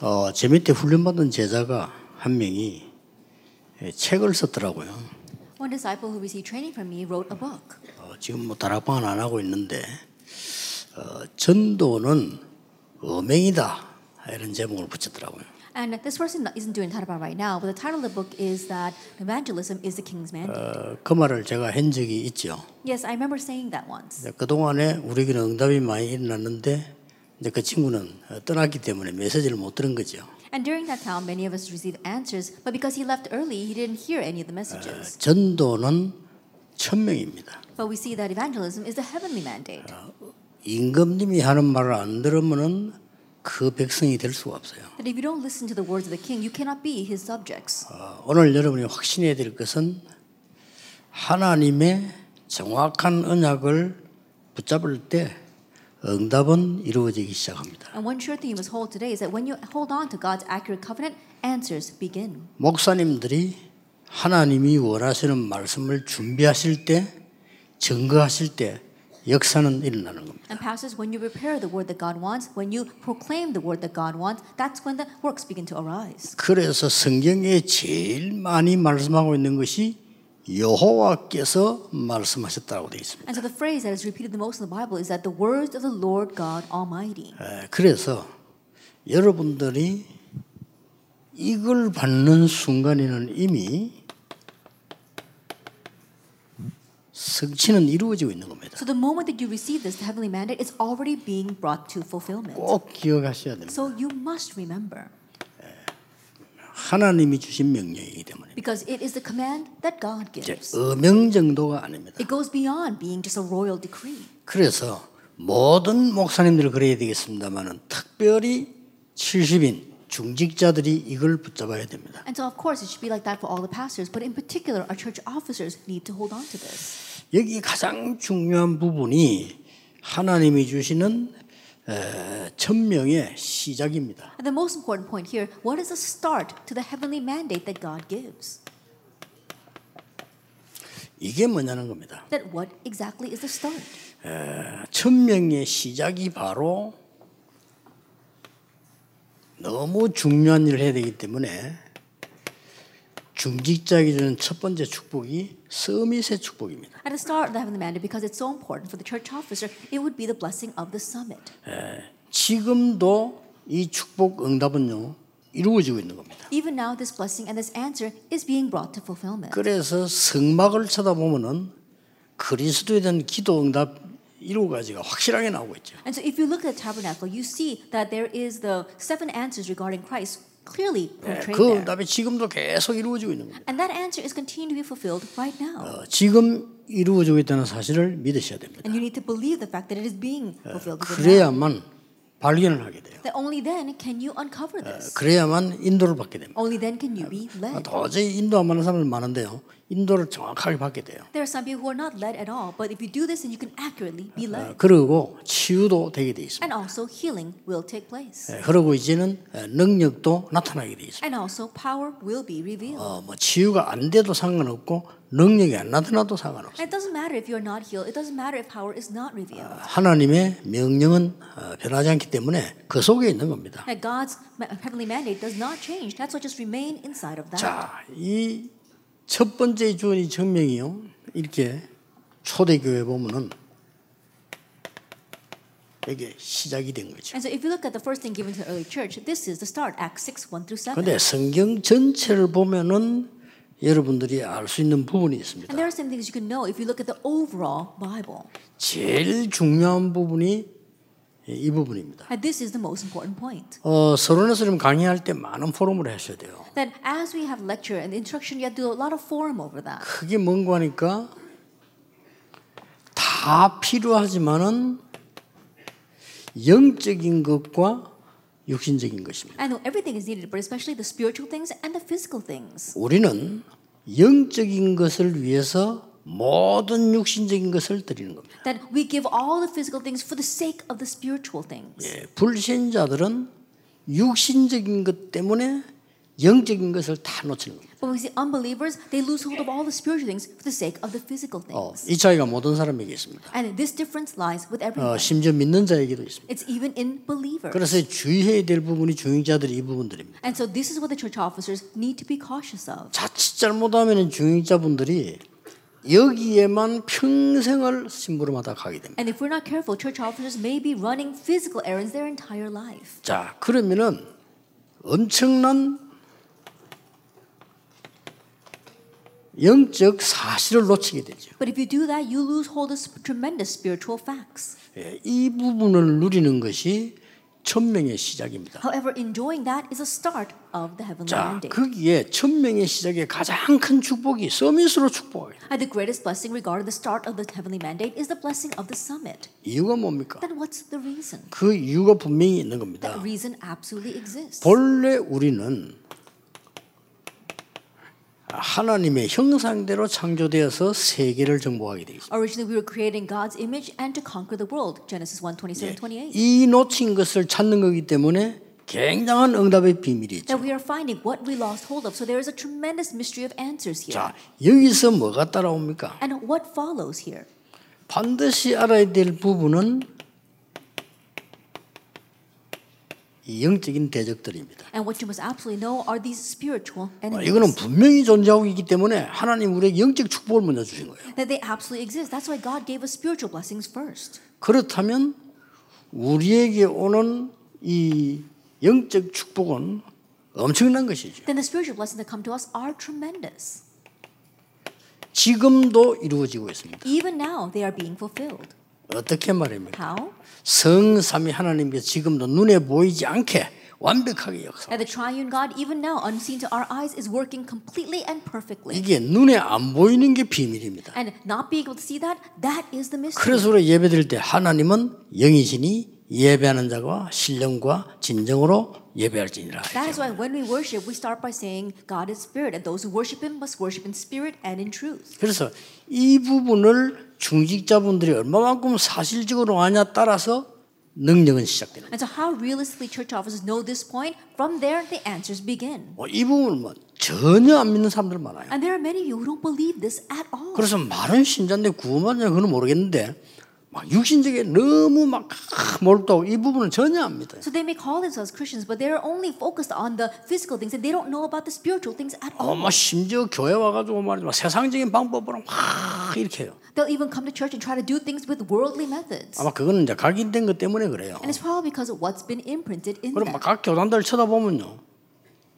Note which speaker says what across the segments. Speaker 1: 어, 제 밑에 훈련받은 제자가 한 명이 예, 책을 썼더라고요.
Speaker 2: One disciple who received training from me wrote a book.
Speaker 1: 어, 지금 뭐 다락방은 안 하고 있는데 어, 전도는 어맹이다 이런 제목을 붙였더라고요.
Speaker 2: And this person isn't doing Taraban right now, but the title of the book is that evangelism is the king's mandate.
Speaker 1: 어, 그 말을 제가 한 적이 있죠.
Speaker 2: Yes, I remember saying that once.
Speaker 1: 그 동안에 우리에게는 응답이 많이 일어났는데 이제 그 친구는 어, 떠났기 때문에 메시지를 못 들은 거죠.
Speaker 2: And during that time, many of us received answers, but because he left early, he didn't hear any of the messages.
Speaker 1: 전도는 천 명입니다.
Speaker 2: But we see that evangelism is the heavenly mandate.
Speaker 1: 임금님이 하는 말을 안 들으면은 그 백성이 될 수가 없어요.
Speaker 2: That if you don't listen to the words of the king, you cannot be his subjects.
Speaker 1: 어, 오늘 여러분이 확신해야 될 것은 하나님의 정확한 언약을 붙잡을 때 응답은 이루어지기 시작합니다.
Speaker 2: And one sure thing you must hold today is that when you hold on to God's accurate covenant, answers begin.
Speaker 1: 목사님들이 하나님이 원하시는 말씀을 준비하실 때 증거하실 때 역사는 일어나는 겁니다.
Speaker 2: And pastors, when you prepare the word that God wants, when you proclaim the word that God wants, that's when the works begin to arise.
Speaker 1: 그래서 성경에 제일 많이 말씀하고 있는 것이 여호와께서 말씀하셨다고 되어 있습니다.
Speaker 2: And so the phrase that is repeated the most in the Bible is that the words of the Lord God Almighty.
Speaker 1: 에, 그래서 여러분들이 이걸 받는 순간에는 이미 성취는 이루어지고 있는 겁니다.
Speaker 2: So the moment that you receive this heavenly mandate, it's already being brought to fulfillment.
Speaker 1: 꼭 기억하셔야 됩니다.
Speaker 2: So you must remember,
Speaker 1: 하나님이 주신 명령이기 때문에
Speaker 2: because it is the command that God
Speaker 1: 이제
Speaker 2: gives.
Speaker 1: 어명 정도가 아닙니다.
Speaker 2: It goes beyond being just a royal decree.
Speaker 1: 그래서 모든 목사님들 그래야 되겠습니다만은 특별히 70인 중직자들이 이걸 붙잡아야 됩니다.
Speaker 2: And so, of course, it should be like that for all the pastors, but in particular, our church officers need to hold on to this.
Speaker 1: 여기 가장 중요한 부분이 하나님이 주시는 에, 천명의 시작입니다.
Speaker 2: And the most important point here what is the start to the heavenly mandate that God gives?
Speaker 1: 이게 뭐냐는 겁니다.
Speaker 2: That what exactly is the start?
Speaker 1: 천명의 시작이 바로 너무 중요한 일을 해야 되기 때문에 중직자에게 주는 첫 번째 축복이 서밋의 축복입니다.
Speaker 2: At the start of the heavenly mandate, because it's so important for the church officer, it would be the blessing of the summit.
Speaker 1: 지금도 이 축복 응답은요 이루어지고 있는 겁니다.
Speaker 2: Even now, this blessing and this answer is being brought to fulfillment.
Speaker 1: 그래서 성막을 쳐다보면은 그리스도에 대한 기도 응답 일곱 가지가 확실하게 나오고 있죠.
Speaker 2: And so, if you look at the tabernacle, you see that there is the seven answers regarding Christ clearly portrayed
Speaker 1: 그
Speaker 2: there.
Speaker 1: 응답이 지금도 계속 이루어지고 있는 겁니다.
Speaker 2: And that answer is continuing to be fulfilled right now.
Speaker 1: 어, 지금 이루어지고 있다는 사실을 믿으셔야 됩니다.
Speaker 2: And you need to believe the fact that it is being fulfilled. even now.
Speaker 1: 그래야만 발견을 하게 돼요.
Speaker 2: That only then can you uncover this.
Speaker 1: 그래야만 인도를 받게 됩니다.
Speaker 2: Only then can you be led.
Speaker 1: 도저히 인도 안 받는 사람들 많은데요. 인도를 정확하게 받게 돼요.
Speaker 2: There are some people who are not led at all, but if you do this, then you can accurately be
Speaker 1: 어,
Speaker 2: led.
Speaker 1: 그리고 치유도 되게 돼 있습니다.
Speaker 2: And also, healing will take place.
Speaker 1: 예, 그리고 이제는 예, 능력도 나타나게 돼 있습니다.
Speaker 2: And also, power will be revealed.
Speaker 1: 어, 뭐 치유가 안 돼도 상관없고 능력이 안 나타나도 상관없어요.
Speaker 2: And it doesn't matter if you're not healed, it doesn't matter if power is not revealed.
Speaker 1: 하나님의 명령은 어, 변하지 않기 때문에 그 속에 있는 겁니다.
Speaker 2: That God's ma- heavenly mandate does not change. That's what just remain inside of that.
Speaker 1: 자, 이 첫 번째 주원이 증명이요. 이렇게 초대교회 보면은 이게 시작이 된 거죠.
Speaker 2: And so, if you look at the first thing given to the early church, this is the start, Acts 6 1 through 7.
Speaker 1: 근데 성경 전체를 보면은 여러분들이 알 수 있는 부분이 있습니다.
Speaker 2: And there are some things you can know if you look at the overall Bible.
Speaker 1: 제일 중요한 부분이 이 부분입니다.
Speaker 2: And this is the most important point.
Speaker 1: 어, 서론에서 좀 강의할 때 많은 포럼을 하셔야 돼요.
Speaker 2: That as we have lecture and instruction, you have to do a lot of forum over that.
Speaker 1: 그게 뭔고 하니까 다 필요하지만은 영적인 것과 육신적인 것입니다.
Speaker 2: I know everything is needed, but especially the spiritual things and the physical things.
Speaker 1: 우리는 영적인 것을 위해서 모든 육신적인 것을 드리는 겁니다.
Speaker 2: That we give all the physical things for the sake of the spiritual things.
Speaker 1: 예, 불신자들은 육신적인 것 때문에 영적인 것을 다 놓치는 거예요.
Speaker 2: But we see unbelievers, they lose hold of all the spiritual things for the sake of the physical
Speaker 1: 어,
Speaker 2: things.
Speaker 1: 이 차이가 모든 사람에게 있습니다.
Speaker 2: And this difference lies with
Speaker 1: 어,
Speaker 2: everyone.
Speaker 1: 심지어 믿는 자에게도 있습니다.
Speaker 2: It's even in believers.
Speaker 1: 그래서 주의해야 될 부분이 중직자들이 이 부분들입니다.
Speaker 2: And so this is what the church officers need to be cautious of.
Speaker 1: 자칫 잘못하면 중직자분들이 여기에만 평생을 심부름하다 가게 됩니다.
Speaker 2: And if we're not careful, church officers may be running physical errands their entire life.
Speaker 1: 자, 그러면은 엄청난 영적 사실을 놓치게 되죠.
Speaker 2: But if you do that, you lose hold of sp- tremendous spiritual facts.
Speaker 1: 예, 이 부분을 누리는 것이 천명의 시작입니다.
Speaker 2: However, enjoying that is a start of the heavenly
Speaker 1: 자,
Speaker 2: mandate.
Speaker 1: 거기에 천명의 시작에 가장 큰 축복이 서밋으로 축복해요.
Speaker 2: And the greatest blessing regarding the start of the heavenly mandate is the blessing of the summit.
Speaker 1: 이유가 뭡니까?
Speaker 2: Then what's the reason?
Speaker 1: 그 이유가 분명히 있는
Speaker 2: That
Speaker 1: 겁니다.
Speaker 2: reason absolutely exists.
Speaker 1: 본래 우리는 하나님의 형상대로 창조되어서 세계를 정복하게 되어 있습니다.
Speaker 2: Originally, we were created in God's image and to conquer the world. Genesis 1 27 28.
Speaker 1: 예. 이 놓친 것을 찾는 거기 때문에 굉장한 응답의 비밀이 있죠.
Speaker 2: That we are finding what we lost hold of. So there is a tremendous mystery of answers here.
Speaker 1: 자, 여기서 뭐가 따라옵니까?
Speaker 2: And what follows here?
Speaker 1: 반드시 알아야 될 부분은 이 영적인 대적들입니다.
Speaker 2: And what you must absolutely know are these spiritual
Speaker 1: 아,
Speaker 2: enemies.
Speaker 1: 이거는 분명히 존재하고 있기 때문에 하나님 우리에게 영적 축복을 먼저 주신 거예요.
Speaker 2: That they absolutely exist. That's why God gave us spiritual blessings first.
Speaker 1: 그렇다면 우리에게 오는 이 영적 축복은 엄청난 것이죠.
Speaker 2: Then the spiritual blessings that come to us are tremendous.
Speaker 1: 지금도 이루어지고 있습니다.
Speaker 2: Even now, they are being fulfilled.
Speaker 1: 어떻게 말입니까?
Speaker 2: How?
Speaker 1: 성삼위 하나님께서 지금도 눈에 보이지 않게 완벽하게 역사.
Speaker 2: That the triune God, even now, unseen to our eyes, is working completely and perfectly.
Speaker 1: 이게 눈에 안 보이는 게 비밀입니다.
Speaker 2: And not being able to see that, that is the mystery.
Speaker 1: 그래서 우리 예배드릴 때 하나님은 영이시니 예배하는 자가 신령과 진정으로 예배할지니라.
Speaker 2: That is why when we worship, we start by saying God is spirit, and those who worship Him must worship in spirit and in truth.
Speaker 1: 그래서 이 부분을 중직자분들이 얼마만큼 사실적으로 하냐 따라서 능력은 시작되는.
Speaker 2: And so, how realistically church officers know this point, from there the answers begin.
Speaker 1: 거예요. 이 부분을 뭐 전혀 안 믿는 사람들 많아요.
Speaker 2: And there are many of you who don't believe this at all.
Speaker 1: 그래서 많은 신자인데 구원받냐 그건 모르겠는데 막 육신적에 너무 막 몰두하고 이 부분은 전혀 안 믿어요.
Speaker 2: So they may call themselves Christians, but they're only focused on the physical things and they don't know about the spiritual things at all.
Speaker 1: 어, 막 심지어 교회 와가지고 말이죠. 막 세상적인 방법으로 막 이렇게 해요.
Speaker 2: They'll even come to church and try to do things with worldly methods.
Speaker 1: 아마 그거는 이제 각인된 것 때문에 그래요.
Speaker 2: And it's probably because of what's been imprinted in
Speaker 1: 그럼 막
Speaker 2: them.
Speaker 1: 각 교단들 쳐다보면요.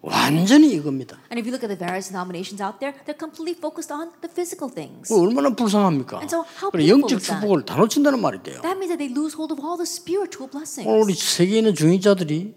Speaker 1: 완전히 이겁니다.
Speaker 2: And if you look at the various denominations out there, they're completely focused on the physical things.
Speaker 1: 그거 뭐 얼마나 불쌍합니까?
Speaker 2: And so how
Speaker 1: 그래,
Speaker 2: painful
Speaker 1: 영적
Speaker 2: is that?
Speaker 1: 축복을 다 놓친다는 말이 돼요.
Speaker 2: That means that they lose hold of all the spiritual blessings.
Speaker 1: 오늘 우리 세계에 있는 중위자들이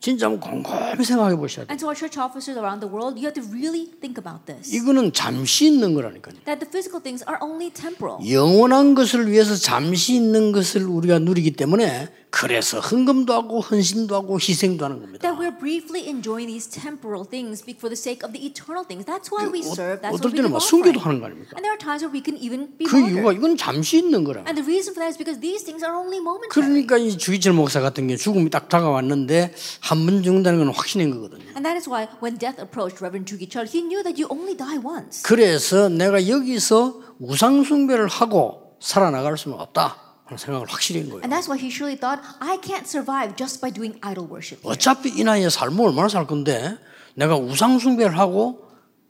Speaker 1: 진짜 한번 곰곰이 생각해 보셔야 돼요.
Speaker 2: And so, our church officers around the world, you have to really think about this.
Speaker 1: 이거는 잠시 있는 거라니까요.
Speaker 2: That the physical things are only temporal.
Speaker 1: 영원한 것을 위해서 잠시 있는 것을 우리가 누리기 때문에 그래서 헌금도 하고 헌신도 하고 희생도 하는 겁니다.
Speaker 2: That we're briefly enjoying these temporal things be- for the sake of the eternal things. That's why we serve. That's why
Speaker 1: 어떨
Speaker 2: we
Speaker 1: 때는 막
Speaker 2: give
Speaker 1: 순교도
Speaker 2: offering.
Speaker 1: 하는 거 아닙니까?
Speaker 2: And there are times where we can even be
Speaker 1: 그 이유가
Speaker 2: martyred.
Speaker 1: 이건 잠시 있는 거라.
Speaker 2: And the reason for that is because these things are only momentary.
Speaker 1: 그러니까 이 주의철 목사 같은 경우 죽음이 딱 다가왔는데 한 번 죽는다는 건 확신인 거거든요.
Speaker 2: And that is why when death approached Reverend Chugi Chul, he knew that you only die once.
Speaker 1: 그래서 내가 여기서 우상 숭배를 하고 살아나갈 수는 없다 하는 생각을 확실히 한 거예요.
Speaker 2: And that's why he surely thought, I can't survive just by doing idol worship.
Speaker 1: 어차피 이 나이에 삶을 얼마나 살 건데 내가 우상 숭배를 하고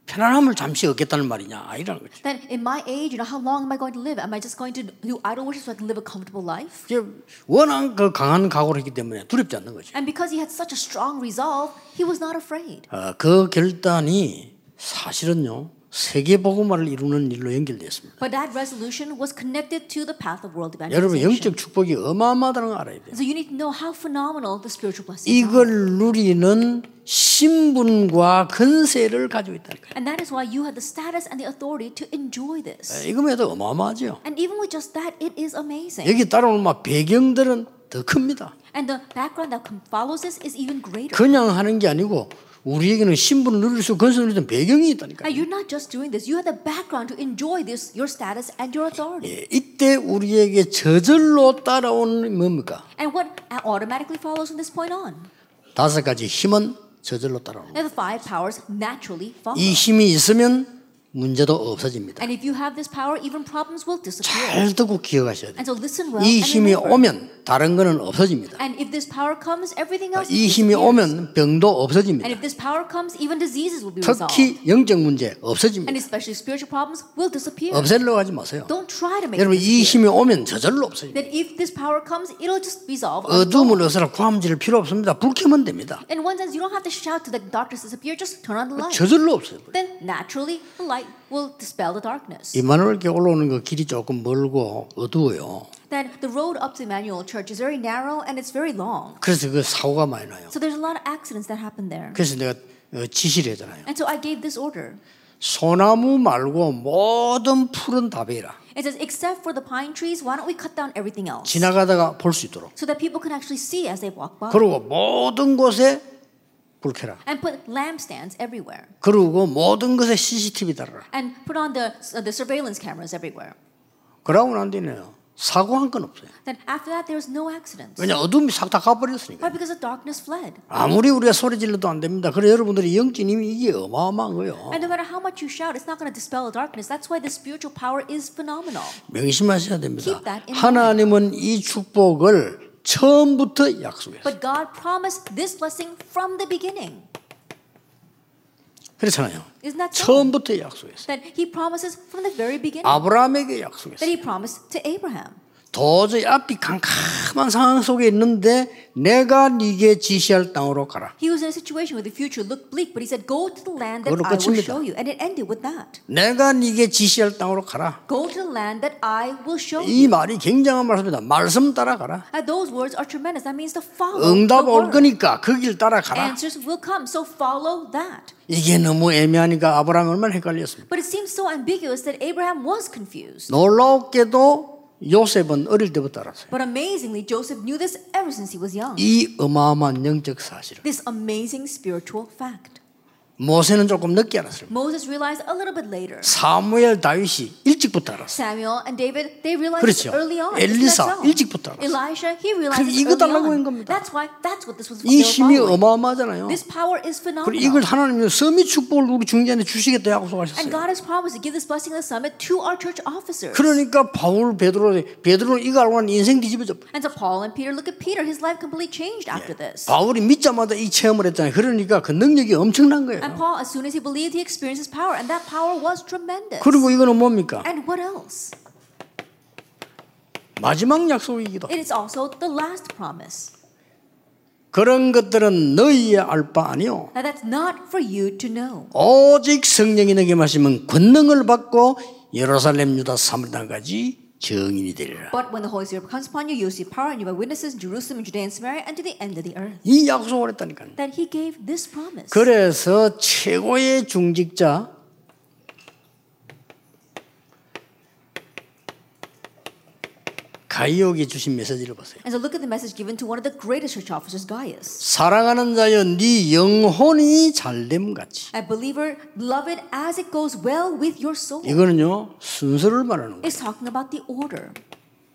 Speaker 1: 편안함을 잠시 얻겠다는 말이냐 아니라는 거죠.
Speaker 2: Then in my age, you know, how long am I going to live? Am I just going to do idol worship so I can live a comfortable life?
Speaker 1: 이게 워낙 그 강한 각오를 했기 때문에 두렵지 않는 거죠.
Speaker 2: And because he had such a strong resolve, he was not afraid.
Speaker 1: 어, 그 결단이 사실은요 세계 복음화를 이루는 일로 연결되었습니다.
Speaker 2: But that resolution was connected to the path of world
Speaker 1: 여러분
Speaker 2: evangelization.
Speaker 1: 영적 축복이 어마어마하다는 걸 알아야 돼요.
Speaker 2: So you need to know how phenomenal the spiritual blessings are.
Speaker 1: 이걸 누리는 신분과 근세를 가지고 있다니까요.
Speaker 2: And that is why you have the status and the authority to enjoy this.
Speaker 1: 이거면 더 어마어마하죠.
Speaker 2: And even with just that, it is amazing.
Speaker 1: 여기 따라오는 막 배경들은 더 큽니다.
Speaker 2: And the background that com- follows this is even greater.
Speaker 1: 그냥 하는 게 아니고 우리에게는 신분을 누릴 수 있고 근세를 누리는 배경이 있다니까요.
Speaker 2: And you're not just doing this, you have the background to enjoy this, your status and your authority.
Speaker 1: 예, 이때 우리에게 저절로 따라오는 뭡니까?
Speaker 2: And what automatically follows from this point on?
Speaker 1: 다섯 가지 힘은 저절로 따라오는 거예요.
Speaker 2: And the five powers naturally follow.
Speaker 1: 이 힘이 있으면 문제도 없어집니다.
Speaker 2: And if you have this power, even problems will disappear.
Speaker 1: 잘 듣고 기억하셔야 돼요.
Speaker 2: And so listen well
Speaker 1: 이
Speaker 2: and
Speaker 1: 힘이
Speaker 2: remember.
Speaker 1: 오면 다른 거는 없어집니다.
Speaker 2: And if this power comes, everything else
Speaker 1: 이 힘이
Speaker 2: disappears.
Speaker 1: 오면 병도
Speaker 2: And
Speaker 1: 없어집니다.
Speaker 2: if this power comes, even diseases will be resolved.
Speaker 1: 특히 영적 문제
Speaker 2: And
Speaker 1: 없어집니다.
Speaker 2: especially spiritual problems will disappear.
Speaker 1: 없애려고 하지 마세요.
Speaker 2: Don't try to make
Speaker 1: 여러분
Speaker 2: it
Speaker 1: 이 힘이
Speaker 2: disappear.
Speaker 1: 오면 저절로 없어집니다.
Speaker 2: That if this power comes, it'll just resolve. on its own.
Speaker 1: 어둠을 어서라 구함 지를 필요 없습니다. 불 켜면 됩니다.
Speaker 2: In one sense, you don't have to shout to the darkness disappear. Just turn on the light.
Speaker 1: 저절로 없어요.
Speaker 2: Then naturally, the light will dispel the darkness.
Speaker 1: 이만월교 올라오는 거 길이 조금 멀고 어두워요.
Speaker 2: Then the road up to Emmanuel Church is very narrow and it's very long.
Speaker 1: 그래서 그 사고가 많이 나요.
Speaker 2: So there's a lot of accidents that happen there.
Speaker 1: 그래서 내가 어, 지시를 했잖아요.
Speaker 2: And so I gave this order.
Speaker 1: 소나무 말고 모든 풀은 다 베라.
Speaker 2: It says, except for the pine trees, why don't we cut down everything else?
Speaker 1: 지나가다가 볼 수 있도록.
Speaker 2: So that people can actually see as they walk by.
Speaker 1: 그리고 모든 곳에 불 켜라.
Speaker 2: And put lampstands everywhere.
Speaker 1: 그리고 모든 곳에 CCTV 달아라.
Speaker 2: And put on the, uh, the surveillance cameras everywhere.
Speaker 1: 그러고 난 뒤에는 사고 한 건 없어요.
Speaker 2: Then after that, there's no accidents.
Speaker 1: 왜냐 어둠이 싹 다 가버렸으니까.
Speaker 2: Why? Because the darkness fled.
Speaker 1: 아무리 우리가 소리 질러도 안 됩니다. 그래 여러분들이 영적인 힘이 이게 어마어마한 거예요.
Speaker 2: And no matter how much you shout, it's not going to dispel the darkness. That's why the spiritual power is phenomenal.
Speaker 1: 명심하셔야 됩니다.
Speaker 2: Keep that in mind.
Speaker 1: 하나님은 이 축복을 처음부터 약속했어요.
Speaker 2: But God promised this blessing from the beginning.
Speaker 1: 그렇잖아요.
Speaker 2: Isn't that so?
Speaker 1: 처음부터 약속했어요.
Speaker 2: That He promises from the very beginning.
Speaker 1: 아브라함에게
Speaker 2: That
Speaker 1: 약속했어요.
Speaker 2: He promised to Abraham.
Speaker 1: 도저히 앞이 캄캄한 상황 속에 있는데 내가 네게 지시할 땅으로 가라.
Speaker 2: He was in a situation where the future looked bleak, but He said, "Go to the land that
Speaker 1: 그걸로
Speaker 2: I will
Speaker 1: 끝입니다.
Speaker 2: show you." And it ended with that.
Speaker 1: 내가 네게 지시할 땅으로 가라.
Speaker 2: Go to the land that I will show you.
Speaker 1: 이 말이 굉장한 말씀입니다. 말씀 따라가라.
Speaker 2: And those words are tremendous. That means to follow.
Speaker 1: 응답
Speaker 2: the
Speaker 1: 올
Speaker 2: word.
Speaker 1: 거니까 그 길 따라가라.
Speaker 2: Answers will come, so follow that.
Speaker 1: 이게 너무 애매하니까 아브라함 얼마나 헷갈렸습니까?
Speaker 2: But it seems so ambiguous that Abraham was confused.
Speaker 1: 놀랍게도 요셉은 어릴 때부터 알았어요.
Speaker 2: But amazingly, Joseph knew this ever since he was young.
Speaker 1: 이 어마어마한 영적 사실을
Speaker 2: This amazing spiritual fact.
Speaker 1: 모세는 조금 늦게 알았습니다.
Speaker 2: Moses realized a little bit later.
Speaker 1: 사무엘 다윗이 일찍부터 알았어요.
Speaker 2: Samuel and David, they realized
Speaker 1: 그렇죠.
Speaker 2: this early on.
Speaker 1: 엘리사,
Speaker 2: Isn't that so?
Speaker 1: 일찍부터 알았어요.
Speaker 2: Elisha, he
Speaker 1: 그럼
Speaker 2: realized this
Speaker 1: 이거
Speaker 2: early
Speaker 1: 달라고 한
Speaker 2: on.
Speaker 1: 겁니다.
Speaker 2: That's why, that's what this was
Speaker 1: 이
Speaker 2: they were
Speaker 1: 힘이 네,
Speaker 2: following.
Speaker 1: 어마어마하잖아요.
Speaker 2: This power is
Speaker 1: 그리고
Speaker 2: phenomenal.
Speaker 1: 이걸 하나님이 섬이 축복을 우리 중재한테 주시겠다
Speaker 2: And
Speaker 1: 약속하셨어요.
Speaker 2: God has promised to give this blessing of the summit to our church officers.
Speaker 1: 그러니까 바울 베드로 베드로 이거 알고 난 인생 뒤집어져. 버려요.
Speaker 2: And so Paul and Peter, look at Peter. His life completely changed after this.
Speaker 1: 바울이 믿자마자 이 체험을 했잖아요. 그러니까 그 능력이 엄청난
Speaker 2: And
Speaker 1: 거예요.
Speaker 2: Paul, as soon as he believed, he experienced his power, and that power was tremendous.
Speaker 1: 그리고 이거는 뭡니까?
Speaker 2: And what else?
Speaker 1: 마지막 약속이기도.
Speaker 2: It is also the last promise.
Speaker 1: 그런 것들은 너희의 알 바 아니요.
Speaker 2: Now that's not for you to know.
Speaker 1: 오직 성령이 너게 마시면 권능을 받고 예루살렘 유다 사무리단까지 증인이 되리라.
Speaker 2: But when the Holy Spirit comes upon you, you'll see power, and you'll be witnesses in Jerusalem, Judea, and Samaria, and to the end of the earth.
Speaker 1: 이 약속을 했다니까요.
Speaker 2: That he gave this promise.
Speaker 1: 그래서 최고의 중직자 가이오에게 주신 메시지를 보세요.
Speaker 2: And so look at the message given to one of the greatest church officers, Gaius.
Speaker 1: 사랑하는 자여 네 영혼이 잘됨 같이.
Speaker 2: A believer, love it as it goes well with your soul.
Speaker 1: 이거는요 순서를 말하는 거예요.
Speaker 2: It's talking about the order.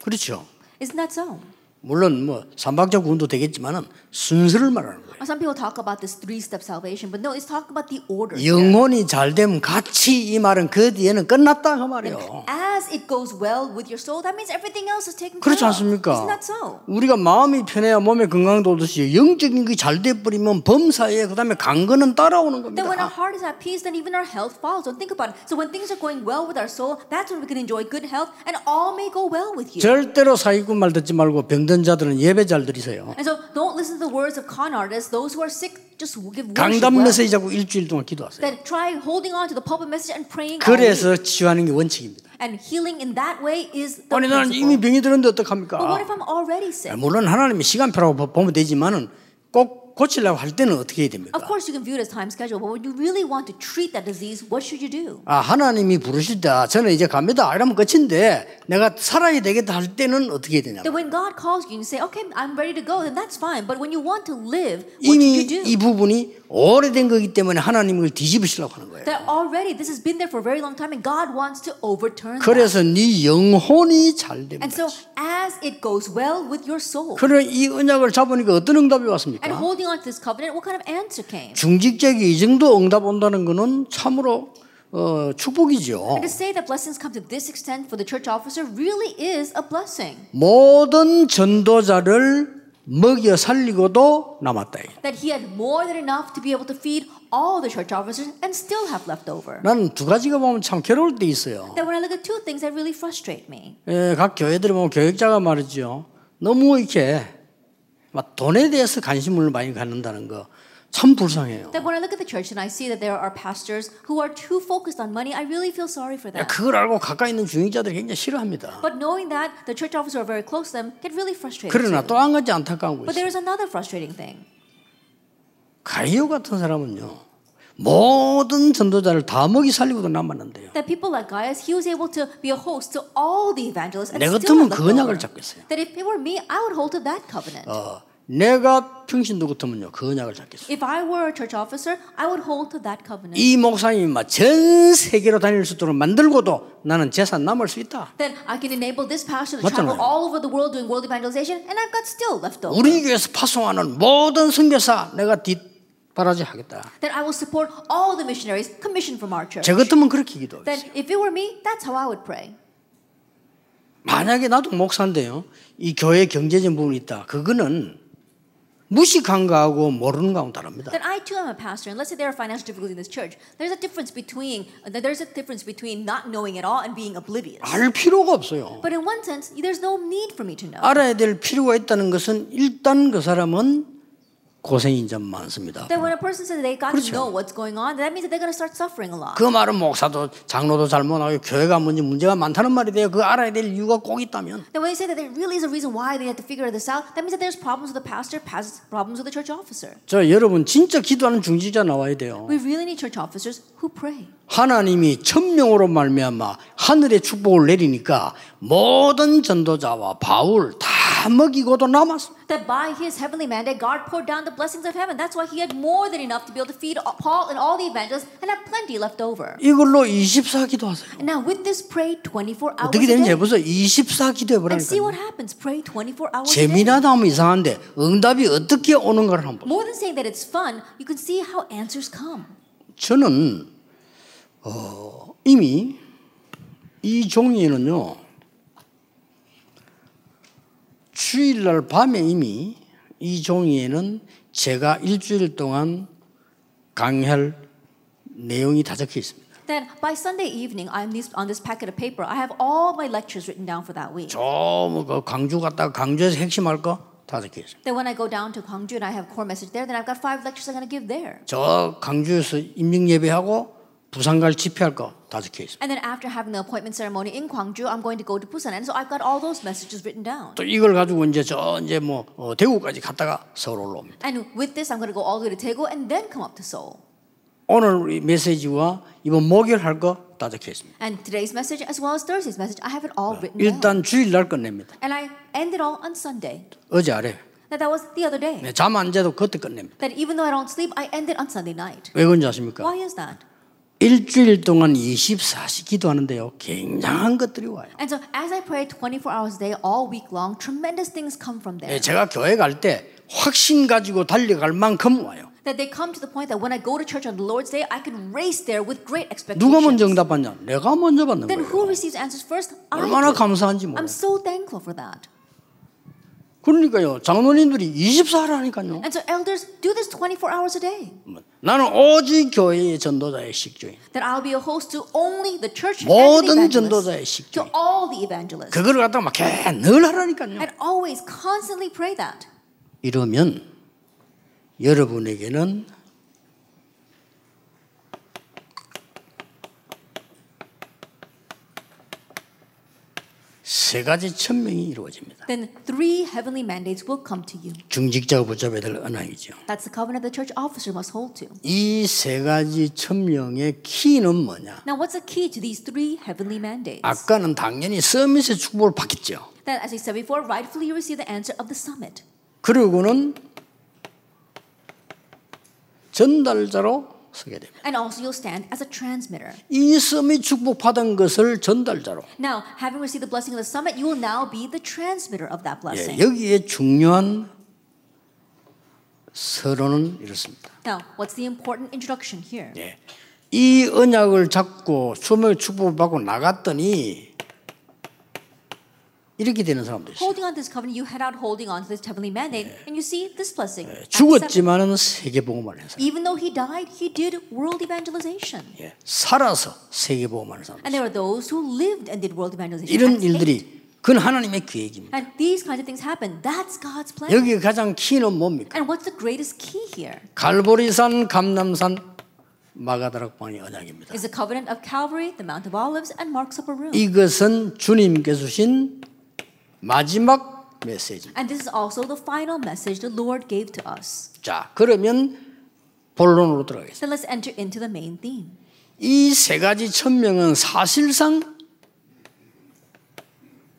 Speaker 1: 그렇죠.
Speaker 2: Isn't that so?
Speaker 1: 물론 뭐 삼박자 구원도 되겠지만은 순서를 말하는 거예요.
Speaker 2: Or Some people talk about this three-step salvation, but no, it's talking about the order.
Speaker 1: 영혼이 잘됨 같이 이 말은 그 뒤에는 끝났다 그 말이에요.
Speaker 2: As it goes well with your soul, that means everything else is taken care
Speaker 1: 그렇지
Speaker 2: of. Isn't
Speaker 1: 않습니까?
Speaker 2: that so?
Speaker 1: 우리가 마음이 편해야 몸의 건강도 오듯이 영적인 게 잘 돼버리면 범사에 그다음에 강건은 따라오는
Speaker 2: That when our
Speaker 1: 겁니다.
Speaker 2: heart is at peace, then even our health follows. Don't think about it. So when things are going well with our soul, that's when we can enjoy good health, and all may go well with you.
Speaker 1: 절대로 사기꾼 말 듣지 말고 병든 자들은 예배 잘 드리세요.
Speaker 2: And so don't listen to the words of con artists. Those who are sick, just give worship
Speaker 1: 강단
Speaker 2: well.
Speaker 1: 메시지 하고 일주일 동안 기도하세요.
Speaker 2: Then try holding on to the pulpit message and praying all week.
Speaker 1: 그래서 치유하는 게 원칙입니다.
Speaker 2: And healing in that way is the
Speaker 1: 아니 나는 이미
Speaker 2: principle.
Speaker 1: 병이 들었는데
Speaker 2: But what
Speaker 1: 어떡합니까? 예,
Speaker 2: if I'm already sick?
Speaker 1: 물론 하나님이 시간표라고 보- 보면 되지만은 꼭 고치려고 할 때는 어떻게 해야 됩니까?
Speaker 2: Of course, you can view it as time schedule, but when you really want to treat that disease, what should you do?
Speaker 1: 아 하나님이 부르시다. 저는 이제 갑니다. 이러면 끝인데 내가 살아야 되겠다 할 때는 어떻게 해야 되냐?
Speaker 2: That when God calls you and you say, okay, I'm ready to go, then that's fine. But when you want to live, what should
Speaker 1: 이미
Speaker 2: you do?
Speaker 1: 이 부분이 오래된 거기 때문에 하나님을 뒤집으시려고 하는 거예요.
Speaker 2: That already this has been there for a very long time, and God wants to overturn that.
Speaker 1: 그래서 네 영혼이 잘
Speaker 2: And
Speaker 1: 됩니다.
Speaker 2: so, as it goes well with your soul,
Speaker 1: 그래 이 언약을 잡으니까 어떤 응답이
Speaker 2: and
Speaker 1: 왔습니까?
Speaker 2: holding holding on to this covenant, what kind of answer came?
Speaker 1: 중직자에게 이 정도 응답 온다는 것은 참으로 어, 축복이죠.
Speaker 2: To say that blessings come to this extent for the church officer really is a blessing.
Speaker 1: 모든 전도자를 먹여 살리고도 남았다.
Speaker 2: That he had more than enough to be able to feed all the church officers and still have left over.
Speaker 1: 나는 두 가지가 보면 참 괴로울 때 있어요.
Speaker 2: That when I look at two things that really frustrate me,
Speaker 1: 예, 각 교회들이 보면 교육자가 말이죠. 너무 이렇게 막 돈에 대해서 관심을 많이 갖는다는 거 참 불쌍해요.
Speaker 2: that when I look at the church and I see that there are pastors who are too focused on money, I really feel sorry for them.
Speaker 1: 그걸 알고 가까이 있는 중직자들이 굉장히 싫어합니다.
Speaker 2: But knowing that the church officers who are very close to them get really frustrated. too.
Speaker 1: 네, 그러나 또 한 가지 안타까운 거
Speaker 2: But
Speaker 1: 그렇죠. 있어요.
Speaker 2: there is another frustrating thing.
Speaker 1: 가이오 같은 사람은요. 모든 전도자를 다 먹이 살리고도 남았는데요.
Speaker 2: That people like Gaius, he was able to be a host to all the evangelists and
Speaker 1: 내 같으면
Speaker 2: still have
Speaker 1: 그
Speaker 2: left
Speaker 1: 언약을
Speaker 2: over.
Speaker 1: 잡고 있어요.
Speaker 2: That if it were me, I would hold to that covenant.
Speaker 1: 어, 내가 평신도 같으면요. 그 언약을 잡겠어요.
Speaker 2: If I were a church officer, I would hold to that covenant.
Speaker 1: 이 목사님이 막전 세계로 다닐 수 있도록 만들고도 나는 재산 남을 수 있다.
Speaker 2: Then I can enable this pastor to
Speaker 1: 맞잖아요.
Speaker 2: travel all over the world doing world evangelization, and I've got still left over.
Speaker 1: 우리 교회에서 파송하는 모든 선교사 내가 뒷바라지 하겠다.
Speaker 2: Then I will support all the missionaries commissioned from our church.
Speaker 1: 저 같으면 그렇게 기도하겠어요.
Speaker 2: Then if it were me, that's how I would pray.
Speaker 1: 만약에 나도 목사인데요. 이 교회 경제적인 부분이 있다. 그거는 무식한 거하고 모르는 거하고 다릅니다.
Speaker 2: Then I too am a pastor, and let's say there are financial difficulties in this church. There's a difference between uh, there's a difference between not knowing at all and being oblivious.
Speaker 1: 알 필요가 없어요.
Speaker 2: But in one sense, there's no need for me to know.
Speaker 1: 알아야 될 필요가 있다는 것은 일단 그 사람은 고생이 좀 많습니다.
Speaker 2: That when a person says they got to
Speaker 1: 그렇죠.
Speaker 2: know what's going on, that means that they're going to start suffering a lot.
Speaker 1: 그 말은 목사도 장로도 잘못하고 교회가 문제 문제가 많다는 말이 돼요. 그 알아야 될 이유가 꼭 있다면
Speaker 2: That when you say that there really is a reason why they have to figure this out, that means that there's problems with the pastor, pas- problems with the church officer.
Speaker 1: 저 여러분 진짜 기도하는 중지자 나와야 돼요.
Speaker 2: We really need church officers who pray.
Speaker 1: 하나님이 천명으로 말미암아 하늘의 축복을 내리니까 모든 전도자와 바울 다 먹이고도 남았어.
Speaker 2: That by his heavenly mandate, God poured down the blessings of heaven. That's why he had more than enough to be able to feed Paul and all the evangelists and have plenty left over.
Speaker 1: 이걸로 24 기도하세요.
Speaker 2: And now with this, pray 24 hours
Speaker 1: 어떻게
Speaker 2: a
Speaker 1: 되는지
Speaker 2: day.
Speaker 1: 해보세요. 24 기도해
Speaker 2: And see
Speaker 1: 보라니까.
Speaker 2: what happens. Pray 24 hours a day.
Speaker 1: 재미나다 하면 이상한데 응답이 어떻게 오는가를 한번.
Speaker 2: More than saying that it's fun, you can see how answers come.
Speaker 1: 저는 어, 이미 이 종이에는요 주일날 밤에 이미 이 종이에는 제가 일주일 동안 강의할 내용이 다 적혀 있습니다.
Speaker 2: Then by Sunday evening, I'm these, on this packet of paper. I have all my lectures written down for that week.
Speaker 1: 저그 강주 갔다가 강주에서 핵심할 거 다 적혀 있습니다.
Speaker 2: Then when I go down to Gwangju and I have core message there, then I've got five lectures I'm going to give there.
Speaker 1: 저 강주에서 임명 예배하고 부산 갈 집회할 거 다 적혀 있습니다.
Speaker 2: And then after having the appointment ceremony in Gwangju, I'm going to go to Busan. And so I've got all those messages written down.
Speaker 1: 또 이걸 가지고 이제 저 이제 뭐 어, 대구까지 갔다가 서울 올라옵니다.
Speaker 2: And with this, I'm going to go all the way to Daegu and then come up to Seoul.
Speaker 1: 오늘 우리 메시지와 이번 목요일 할 거 다 적혀 있습니다.
Speaker 2: And today's message, as well as Thursday's message, I have it all written down.
Speaker 1: 일단 주일 날 끝냅니다.
Speaker 2: And I end it all on Sunday.
Speaker 1: 어제 아래 네,
Speaker 2: That that was the other day.
Speaker 1: 잠 안 자도 그때 끝냅니다.
Speaker 2: That even though I don't sleep, I end it on Sunday night.
Speaker 1: 왜 그런지 아십니까?
Speaker 2: Why is that?
Speaker 1: 일주일 동안 24시 기도하는데요. 굉장한 것들이 와요.
Speaker 2: And so as I pray 24 hours a day, all week long, tremendous things come from there.
Speaker 1: 예, 제가 교회 갈 때 확신 가지고 달려갈 만큼 와요.
Speaker 2: That they come to the point that when I go to church on the Lord's day, I can race there with great
Speaker 1: 누가 먼저
Speaker 2: expectations.
Speaker 1: 응답받냐? 내가 먼저 받는
Speaker 2: 그렇죠. Then who
Speaker 1: 거예요.
Speaker 2: receives answers first?
Speaker 1: 얼마나
Speaker 2: I do.
Speaker 1: 감사한지 몰라요.
Speaker 2: I'm so thankful for that.
Speaker 1: 그러니까요. 장로님들이 24라니까요.
Speaker 2: And so elders, do this 24 hours a day.
Speaker 1: 나는 오직 교회의 전도자의 식주인.
Speaker 2: That I'll be a host to only the church and
Speaker 1: 모든
Speaker 2: the
Speaker 1: 전도자의
Speaker 2: evangelists.
Speaker 1: 식기.
Speaker 2: To all the evangelists.
Speaker 1: 그걸 갖다가 막늘 하라니까요.
Speaker 2: And always constantly pray that.
Speaker 1: 이러면 여러분에게는 세 가지 천명이 이루어집니다.
Speaker 2: Then three heavenly mandates will come to you.
Speaker 1: 중직자가 붙잡아야 될 언약이죠.
Speaker 2: That's the covenant the church officer must hold to.
Speaker 1: 이 세 가지 천명의 키는 뭐냐?
Speaker 2: Now, what's the key to these three heavenly mandates?
Speaker 1: 아까는 당연히 서밋의 축복을 받겠죠.
Speaker 2: That, as I said before, rightfully you receive the answer of the summit.
Speaker 1: 그리고는 전달자로 서게 됩니다.
Speaker 2: And also, you'll stand as a transmitter.
Speaker 1: 이 서밋 축복받은 것을 전달자로
Speaker 2: Now, having received the blessing of the summit, you will now be the transmitter of that blessing.
Speaker 1: 예, 여기에 중요한 서론은 이렇습니다.
Speaker 2: Now, what's the important introduction here?
Speaker 1: 예. 이 언약을 잡고 수명의 축복을 받고 나갔더니 이렇게 되는 사람도 있어요.
Speaker 2: Holding on to this covenant, you head out holding on to this heavenly mandate, and you see this blessing.
Speaker 1: 아,
Speaker 2: Acts seven.
Speaker 1: 죽었지만은 세계 복음을 했어요.
Speaker 2: Even though he died, he did world evangelization.
Speaker 1: 예. 살아서 세계 복음하는 사람.
Speaker 2: And there are those who lived and did world evangelization.
Speaker 1: 이런
Speaker 2: Acts eight.
Speaker 1: 일들이 그건 하나님의 계획입니다.
Speaker 2: And these kinds of things happen. That's God's plan.
Speaker 1: 여기 가장 키는 뭡니까?
Speaker 2: And what's the greatest key here?
Speaker 1: 갈보리산, 감남산, 마가다락방의 언약입니다.
Speaker 2: Is the covenant of Calvary, the Mount of Olives, and Mark's Upper Room.
Speaker 1: E- 이것은 주님께 주신 마지막 메시지입니다.
Speaker 2: And this is also the final message the Lord gave to us.
Speaker 1: 자, 그러면 본론으로 들어가겠습니다.
Speaker 2: So let's enter into the main theme.
Speaker 1: 이 세 가지 천명은 사실상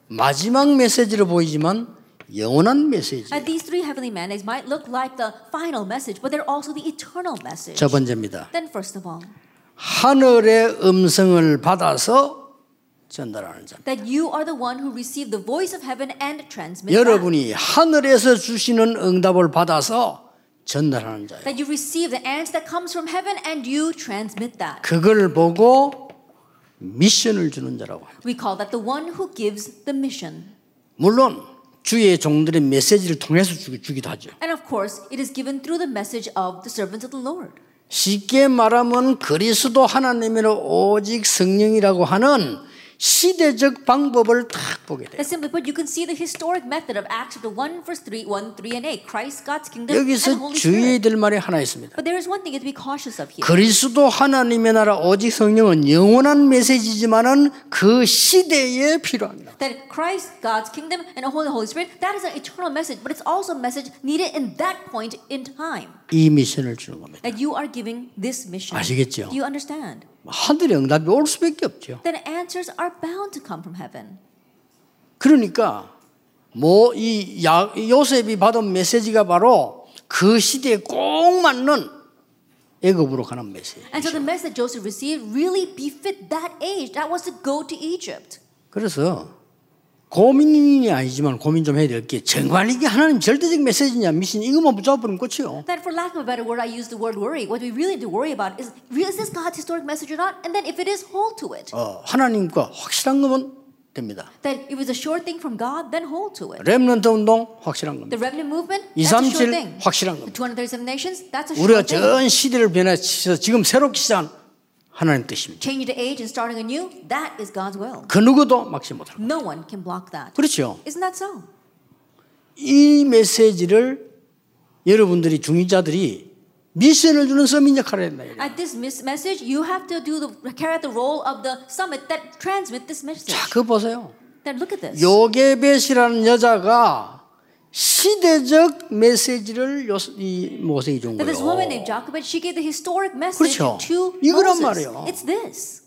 Speaker 1: 마지막 메시지로 보이지만 영원한 메시지.
Speaker 2: And these three heavenly mandates might look like the final message, but they're also the eternal message.
Speaker 1: 첫 번째입니다.
Speaker 2: Then, first of all,
Speaker 1: 하늘의 음성을 받아서 전달하는 자.
Speaker 2: that you are the one who received the voice of heaven and transmit back.
Speaker 1: 여러분이 하늘에서 주시는 응답을 받아서 전달하는 자예요.
Speaker 2: that you receive the answer that comes from heaven and you transmit that.
Speaker 1: 그걸 보고 미션을 주는 자라고 합니다.
Speaker 2: We call that the one who gives the mission.
Speaker 1: 물론 주의 종들의 메시지를 통해서 주- 주기도 하죠.
Speaker 2: And of course, it is given through the message of the servants of the Lord.
Speaker 1: 쉽게 말하면 그리스도 하나님을 오직 성령이라고 하는 시대적 방법을 탁 보게 돼요.
Speaker 2: And simply put, you can see the historic method of Acts chapter 1, verse 3, 1, 3, and 8. Christ, God's
Speaker 1: 네,
Speaker 2: kingdom, and
Speaker 1: 여기서
Speaker 2: Holy Spirit.
Speaker 1: 주의해야 될 말이 하나 있습니다.
Speaker 2: But there is one thing you have to be cautious of here.
Speaker 1: 그리스도 하나님의 나라 오직 성령은 영원한 메시지지만은 그 시대에 필요합니다.
Speaker 2: That Christ, God's kingdom, and the Holy Holy Spirit, that is an eternal message, but it's also a message needed in that point in time.
Speaker 1: 이 미션을 주는 겁니다.
Speaker 2: That you are giving this mission.
Speaker 1: 아시겠죠?
Speaker 2: Do you understand?
Speaker 1: 뭐 하늘의 응답이 올 수밖에 없죠.
Speaker 2: Then answers are bound to come from heaven.
Speaker 1: 그러니까 뭐이 요셉이 받은 메시지가 바로 그 시대에 꼭 맞는 애굽으로 가는 메시지.
Speaker 2: And so the message Joseph received really befit that age. That was to go to Egypt.
Speaker 1: 그래서 고민이 아니지만 고민 좀 해야 될 게 정말 이게 하나님 절대적 메시지냐 미신 이것만 붙잡으면 끝이요.
Speaker 2: Then, for lack of a better word, I use the word worry. What we really need to worry about is is this God's historic message or not? And then, if it is, hold to it.
Speaker 1: 어, 하나님과 확실한 거면 됩니다.
Speaker 2: That if it's a sure thing from God, then hold to it.
Speaker 1: 렘넌트 운동 확실한 겁니다.
Speaker 2: The remnant movement, that's a
Speaker 1: 237
Speaker 2: sure thing.
Speaker 1: 확실한
Speaker 2: The
Speaker 1: 겁니다.
Speaker 2: 237 nations, that's a sure
Speaker 1: 우리가
Speaker 2: thing.
Speaker 1: 전 시대를 변화시켜서 지금 새롭게 시작한 하나님 뜻입니다.
Speaker 2: Changing the age and starting anew, that is God's will.
Speaker 1: 그 누구도 막지 못합니다.
Speaker 2: No one can block that.
Speaker 1: 그렇죠.
Speaker 2: Isn't that so?
Speaker 1: 이 메시지를 여러분들이 중위자들이 미션을 주는 서민 역할을 했나 이거예요.
Speaker 2: At this mis- message, you have to do the carry out the role of the summit that transmit this message.
Speaker 1: 자, 그거 보세요.
Speaker 2: Then look at this.
Speaker 1: 요게벳이라는 여자가 시대적 메시지를 요, 이 모세에게 준
Speaker 2: That this woman
Speaker 1: 거예요.
Speaker 2: named Jochebed, she gave the historic message
Speaker 1: 그렇죠.
Speaker 2: to
Speaker 1: 이거란
Speaker 2: Moses.
Speaker 1: 말이에요.
Speaker 2: It's this.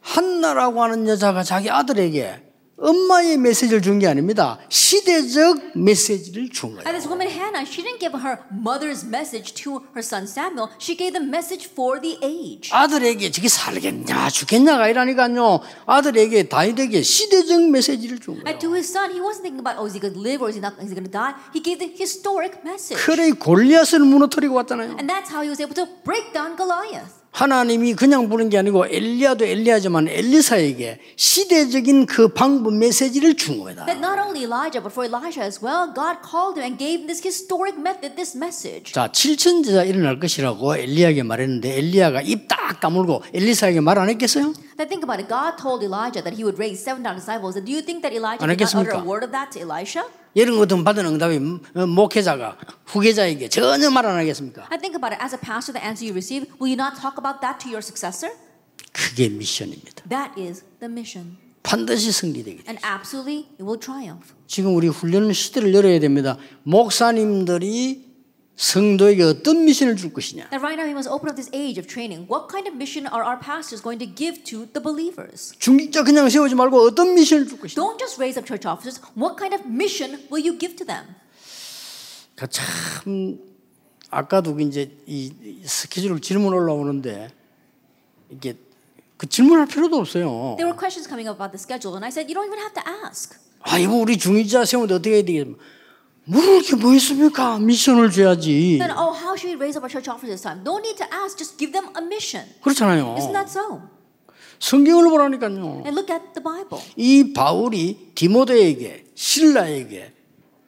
Speaker 1: 한나라고 하는 여자가 자기 아들에게 엄마의 메시지를 준 게 아닙니다. 시대적 메시지를 준 거예요.
Speaker 2: And this woman Hannah, she didn't give her mother's message to her son Samuel. She gave the message for the age.
Speaker 1: 아들에게 저게 살겠냐 죽겠냐가 아니라니까요. 아들에게 다윗에게 시대적 메시지를 준 거예요.
Speaker 2: And to his son, he wasn't thinking about, oh, is he going to live or is he not? Is he going to die? He gave the historic message,
Speaker 1: 그래 골리앗을 무너뜨리고 왔잖아요.
Speaker 2: and that's how he was able to break down Goliath.
Speaker 1: 하나님이 그냥 부른 게 아니고 엘리야도 엘리야지만 엘리사에게 시대적인 그 방법 메시지를 준 겁니다.
Speaker 2: That not only Elijah, but for Elijah as well, God called him and gave him this historic method, this message.
Speaker 1: 자, 칠천제자 일어날 것이라고 엘리야에게 말했는데 엘리야가 입 딱 다물고 엘리사에게 말 안 했겠어요?
Speaker 2: Now think about it. God told Elijah that he would raise seven disciples. And do you think that Elijah
Speaker 1: 안
Speaker 2: did not utter a
Speaker 1: 했겠습니까?
Speaker 2: word of that to Elisha?
Speaker 1: 이런 것은 받은 응답이 어, 목회자가 후계자에게 전혀 말 안 하겠습니까?
Speaker 2: I think about it. As a pastor, the answer you receive, will you not talk about that to your successor?
Speaker 1: 그게 미션입니다.
Speaker 2: That is the mission.
Speaker 1: 반드시 승리되기.
Speaker 2: And absolutely, it will triumph.
Speaker 1: 지금 우리 훈련 시대를 열어야 됩니다. 목사님들이 성도에게 어떤 미션을 줄 것이냐?
Speaker 2: Now, right now, we must open up this age of training. What kind of mission are our pastors going to give to the believers?
Speaker 1: 중직자 그냥 세우지 말고 어떤 미션을 줄 것이냐?
Speaker 2: Don't just raise up church officers. What kind of mission will you give to them?
Speaker 1: 그러니까 참 아까도 그 이제 이- 이 스케줄 질문 올라오는데 이게 그 질문할 필요도 없어요.
Speaker 2: There were questions coming up about the schedule, and I said, You don't even have to ask.
Speaker 1: 아 이거 우리 중위자 세우는데 어떻게 해야 되겠습니까? 물을 게 뭐 있습니까? 미션을 줘야지.
Speaker 2: Then, oh, how should we raise up our church officers this time? No need to ask, just give them a mission.
Speaker 1: 그렇잖아요.
Speaker 2: Isn't that so?
Speaker 1: 성경을 보라니까요.
Speaker 2: And look at the Bible.
Speaker 1: 이 바울이 디모데에게 신라에게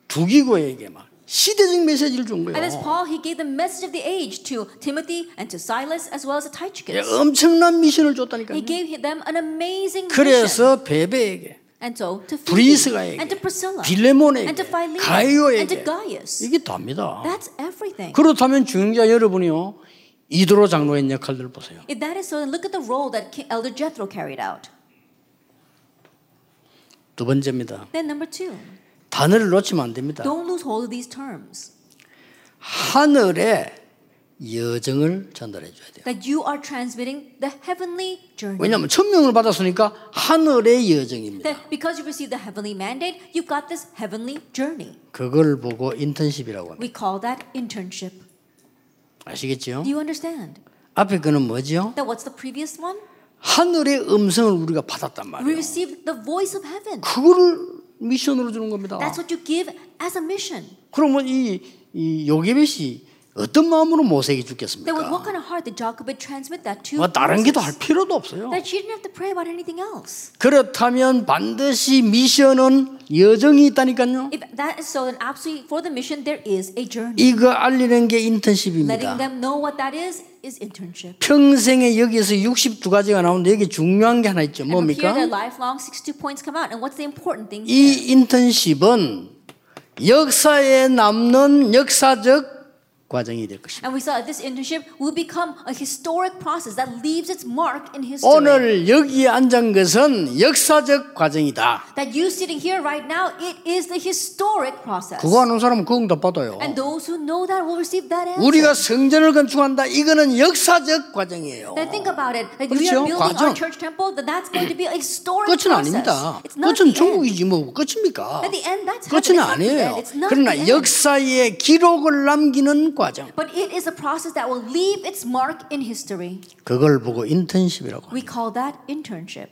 Speaker 1: 두기고에게 막 시대적 메시지를 준
Speaker 2: And as
Speaker 1: 거예요.
Speaker 2: Paul, he gave the message of the age to Timothy and to Silas as well as to
Speaker 1: 예,
Speaker 2: Tychicus.
Speaker 1: 엄청난 미션을
Speaker 2: He
Speaker 1: 줬다니까요.
Speaker 2: gave them an amazing mission.
Speaker 1: 그래서 베베에게
Speaker 2: And so to Phoebe,
Speaker 1: 브리스가에게,
Speaker 2: and to Priscilla,
Speaker 1: 빌레몬에게,
Speaker 2: and to Philemon, and to
Speaker 1: 가이오에게
Speaker 2: Gaius.
Speaker 1: 이게 다입니다.
Speaker 2: That's everything.
Speaker 1: 그렇다면 중자 여러분이요 이도로 장로의 역할들 보세요.
Speaker 2: If that is so, then look at the role that Ki- Elder Jethro carried out.
Speaker 1: 두 번째입니다.
Speaker 2: Then number two,
Speaker 1: 단어를 놓치면 안 됩니다.
Speaker 2: don't lose hold of these terms.
Speaker 1: 하늘의 여정을 전달해 줘야 돼요.
Speaker 2: That you are transmitting the heavenly journey.
Speaker 1: 왜냐하면 천명을 받았으니까 하늘의 여정입니다.
Speaker 2: That because you received the heavenly mandate, you've got this heavenly journey.
Speaker 1: 그걸 보고 인턴십이라고 합니다.
Speaker 2: We call that internship.
Speaker 1: 아시겠죠?
Speaker 2: Do you understand?
Speaker 1: 앞에 거는 뭐죠?
Speaker 2: That what's the previous one?
Speaker 1: 하늘의 음성을 우리가 받았단
Speaker 2: We
Speaker 1: 말이에요.
Speaker 2: received the voice of heaven.
Speaker 1: 그거를 미션으로 주는 겁니다.
Speaker 2: That's what you give as a mission.
Speaker 1: 그러면 이, 이 요게벳이 어떤 마음으로 모세에게
Speaker 2: Then with
Speaker 1: 죽겠습니까?
Speaker 2: what kind of heart did Jacob transmit that to?
Speaker 1: 뭐 다른 기도 할
Speaker 2: Moses?
Speaker 1: 필요도 없어요.
Speaker 2: That she didn't have to pray about anything else.
Speaker 1: 그렇다면 반드시 미션은 여정이 있다니까요.
Speaker 2: If that is so, then absolutely for the mission there is a journey.
Speaker 1: 이거 알리는 게
Speaker 2: Letting
Speaker 1: 인턴십입니다.
Speaker 2: them know what that is is internship.
Speaker 1: 평생에 여기에서 62가지가 나오는데 여기 중요한 게 하나 있죠.
Speaker 2: And from here, their
Speaker 1: 뭡니까?
Speaker 2: lifelong 62 points come out. And what's the important thing? here?
Speaker 1: 이 인턴십은 역사에 남는 역사적 과정이 될 것입니다.
Speaker 2: And we saw that this internship will become a historic process that leaves its mark in history.
Speaker 1: 오늘 여기에 앉은 것은 역사적 과정이다.
Speaker 2: That you sitting here right now, it is the historic process.
Speaker 1: 그거 아는 사람은 그건 다 받아요.
Speaker 2: And those who know that will receive that answer.
Speaker 1: 우리가 성전을 건축한다. 이거는 역사적 과정이에요.
Speaker 2: Then think about it. Like we
Speaker 1: 그렇죠.
Speaker 2: are building our
Speaker 1: 과정.
Speaker 2: church temple, then that's going to be a historic
Speaker 1: 끝은
Speaker 2: process.
Speaker 1: 아닙니다.
Speaker 2: It's not
Speaker 1: 끝은
Speaker 2: the end.
Speaker 1: 천국이지 뭐 끝입니까?
Speaker 2: At the end, that's
Speaker 1: 끝은
Speaker 2: heaven. It's
Speaker 1: 아니에요.
Speaker 2: not the end. It's not the
Speaker 1: 그러나
Speaker 2: end.
Speaker 1: 역사의 기록을 남기는 과정.
Speaker 2: But it is a process that will leave its mark in history.
Speaker 1: 그걸 보고 인턴십이라고. 합니다.
Speaker 2: We call that internship.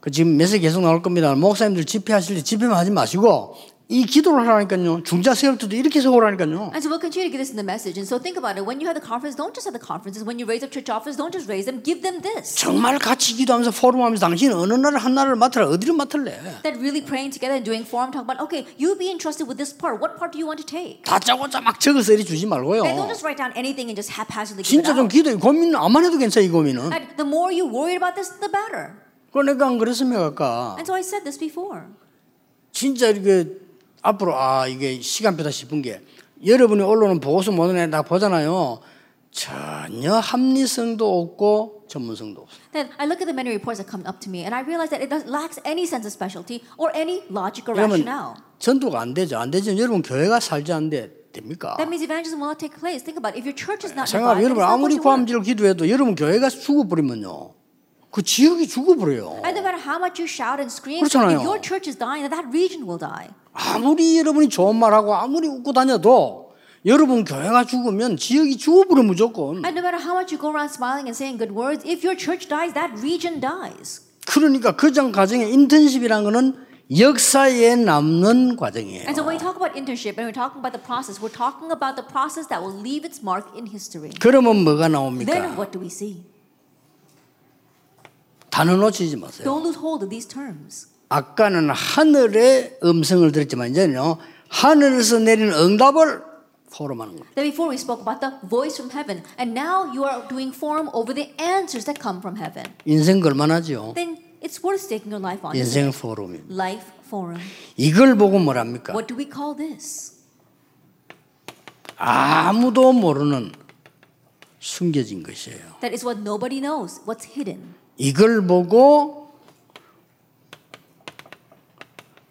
Speaker 1: 그 지금 메시지 계속 나올 겁니다. 목사님들 집회하실 때 집회만 하지 마시고 이 기도를 하라니까요. 중자 세력들도 이렇게 세우라니까요.
Speaker 2: And so we'll continue to give this in the message. And so think about it. When you have the conference, don't just have the conferences. When you raise up church office, don't just raise them. Give them this.
Speaker 1: 정말 같이 기도하면서 포럼하면서 당신 어느 나라 한 나라를 맡으라 어디를 맡을래?
Speaker 2: That really praying together and doing forum, talk about, okay, you be entrusted with this part. What part do you want to take?
Speaker 1: 다 짜고짜 막 적어서 이리 주지 말고요.
Speaker 2: And don't just write down anything and just haphazardly give it
Speaker 1: 진짜 좀
Speaker 2: out.
Speaker 1: 기도 고민 안만 해도 괜찮아 이 고민은.
Speaker 2: That the more you worry about this, the better.
Speaker 1: 그러니까 안 그랬으면 아까
Speaker 2: And so I said this before.
Speaker 1: 진짜 이게 앞으로 아 이게 시간표다 싶은 게 여러분이 언론은 보고서 모는 애다 보잖아요. 전혀 합리성도 없고 전문성도 없어요.
Speaker 2: Then I look at the many reports that come up to me, and I realize that it does, lacks any sense of specialty or any logic or
Speaker 1: 그러면
Speaker 2: rationale.
Speaker 1: 전도가 안 되죠. 안 되죠. 여러분 교회가 살지 않는데 됩니까?
Speaker 2: That means evangelism will not take place. Think about it. If your church is not
Speaker 1: 생각
Speaker 2: revived, then
Speaker 1: 여러분 아무리
Speaker 2: it's not going to work.
Speaker 1: 고함지로 기도해도 여러분 교회가 죽어버리면요. 그 지역이 죽어버려요.
Speaker 2: And no matter how much you shout and scream,
Speaker 1: 그렇잖아요.
Speaker 2: if your church is dying, then that region will die.
Speaker 1: 아무리 여러분이 좋은 말하고 아무리 웃고 다녀도 여러분 교회가 죽으면 지역이 죽어버려 무조건.
Speaker 2: And no matter how much you go around smiling and saying good words, if your church dies, that region dies.
Speaker 1: 그러니까 그장 과정의 인턴십이라는 거는 역사에 남는 과정이에요.
Speaker 2: And so when we talk about internship and we're talking about the process, we're talking about the process that will leave its mark in history.
Speaker 1: 그러면 뭐가
Speaker 2: Then
Speaker 1: 나옵니까?
Speaker 2: what do we see?
Speaker 1: 단어 놓치지 마세요.
Speaker 2: Don't lose hold of these terms.
Speaker 1: 아까는 하늘의 음성을 들었지만 이제는요 하늘에서 내리는 응답을 포럼하는 겁니다.
Speaker 2: Then before we spoke about the voice from heaven, and now you are doing forum over the answers that come from heaven.
Speaker 1: 인생 걸만하지요.
Speaker 2: Then it's worth staking your life on.
Speaker 1: 인생 포럼입니다.
Speaker 2: Life forum.
Speaker 1: 이걸 보고 뭐랍니까?
Speaker 2: What do we call this?
Speaker 1: 아무도 모르는 숨겨진 것이에요.
Speaker 2: That is what nobody knows, what's hidden.
Speaker 1: 이걸 보고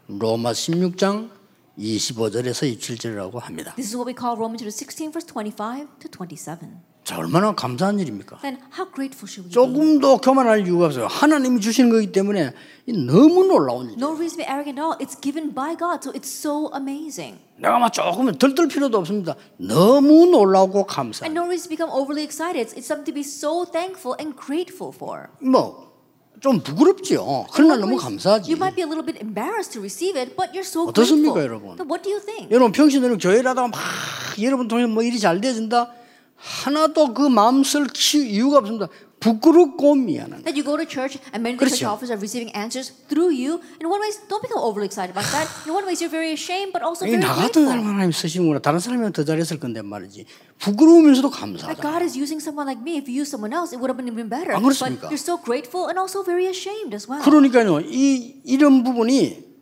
Speaker 1: 로마 16장 25절에서 27절이라고 합니다.
Speaker 2: This is what we call Romans chapter 16, verse 25 to 27.
Speaker 1: 자, 얼마나 감사한 일입니까?
Speaker 2: Then how grateful should we be?
Speaker 1: 조금도 교만할 이유가 없어요. 하나님이 주시는 거기 때문에 이 너무 놀라운 일.
Speaker 2: No reason to be arrogant at all. It's given by God, so it's so amazing.
Speaker 1: 내가 막 조금 들뜰 필요도 없습니다. 너무 놀라고 감사.
Speaker 2: And no reason to become overly excited. It's, it's something to be so thankful and grateful for.
Speaker 1: 뭐 좀 부끄럽지요. 그러나 너무
Speaker 2: You
Speaker 1: 감사하지.
Speaker 2: might be a little bit embarrassed to receive it, but you're so
Speaker 1: 어떻습니까,
Speaker 2: grateful.
Speaker 1: 여러분?
Speaker 2: Then what do you think?
Speaker 1: 여러분 평신도는 교회를 하다가 막 여러분 통해 뭐 일이 잘 되어진다. 하나도 그 마음 쓸 치- 이유가 없습니다. 부끄럽고 미안한.
Speaker 2: That you go to church and many of the church
Speaker 1: 그렇죠.
Speaker 2: officers are receiving answers through you. In one ways, don't become overly excited about that. In one ways, you're very ashamed, but also
Speaker 1: 이게
Speaker 2: very
Speaker 1: 나 같은 사람
Speaker 2: grateful.
Speaker 1: 하나님 쓰시는구나. 다른 사람이면 더 잘했을 건데 말이지. 부끄러우면서도
Speaker 2: That
Speaker 1: 감사하다.
Speaker 2: God is using someone like me. If you use someone else, it would have been even better.
Speaker 1: 안 그렇습니까?
Speaker 2: But you're so grateful and also very ashamed as well.
Speaker 1: 그러니까요. 이 이런 부분이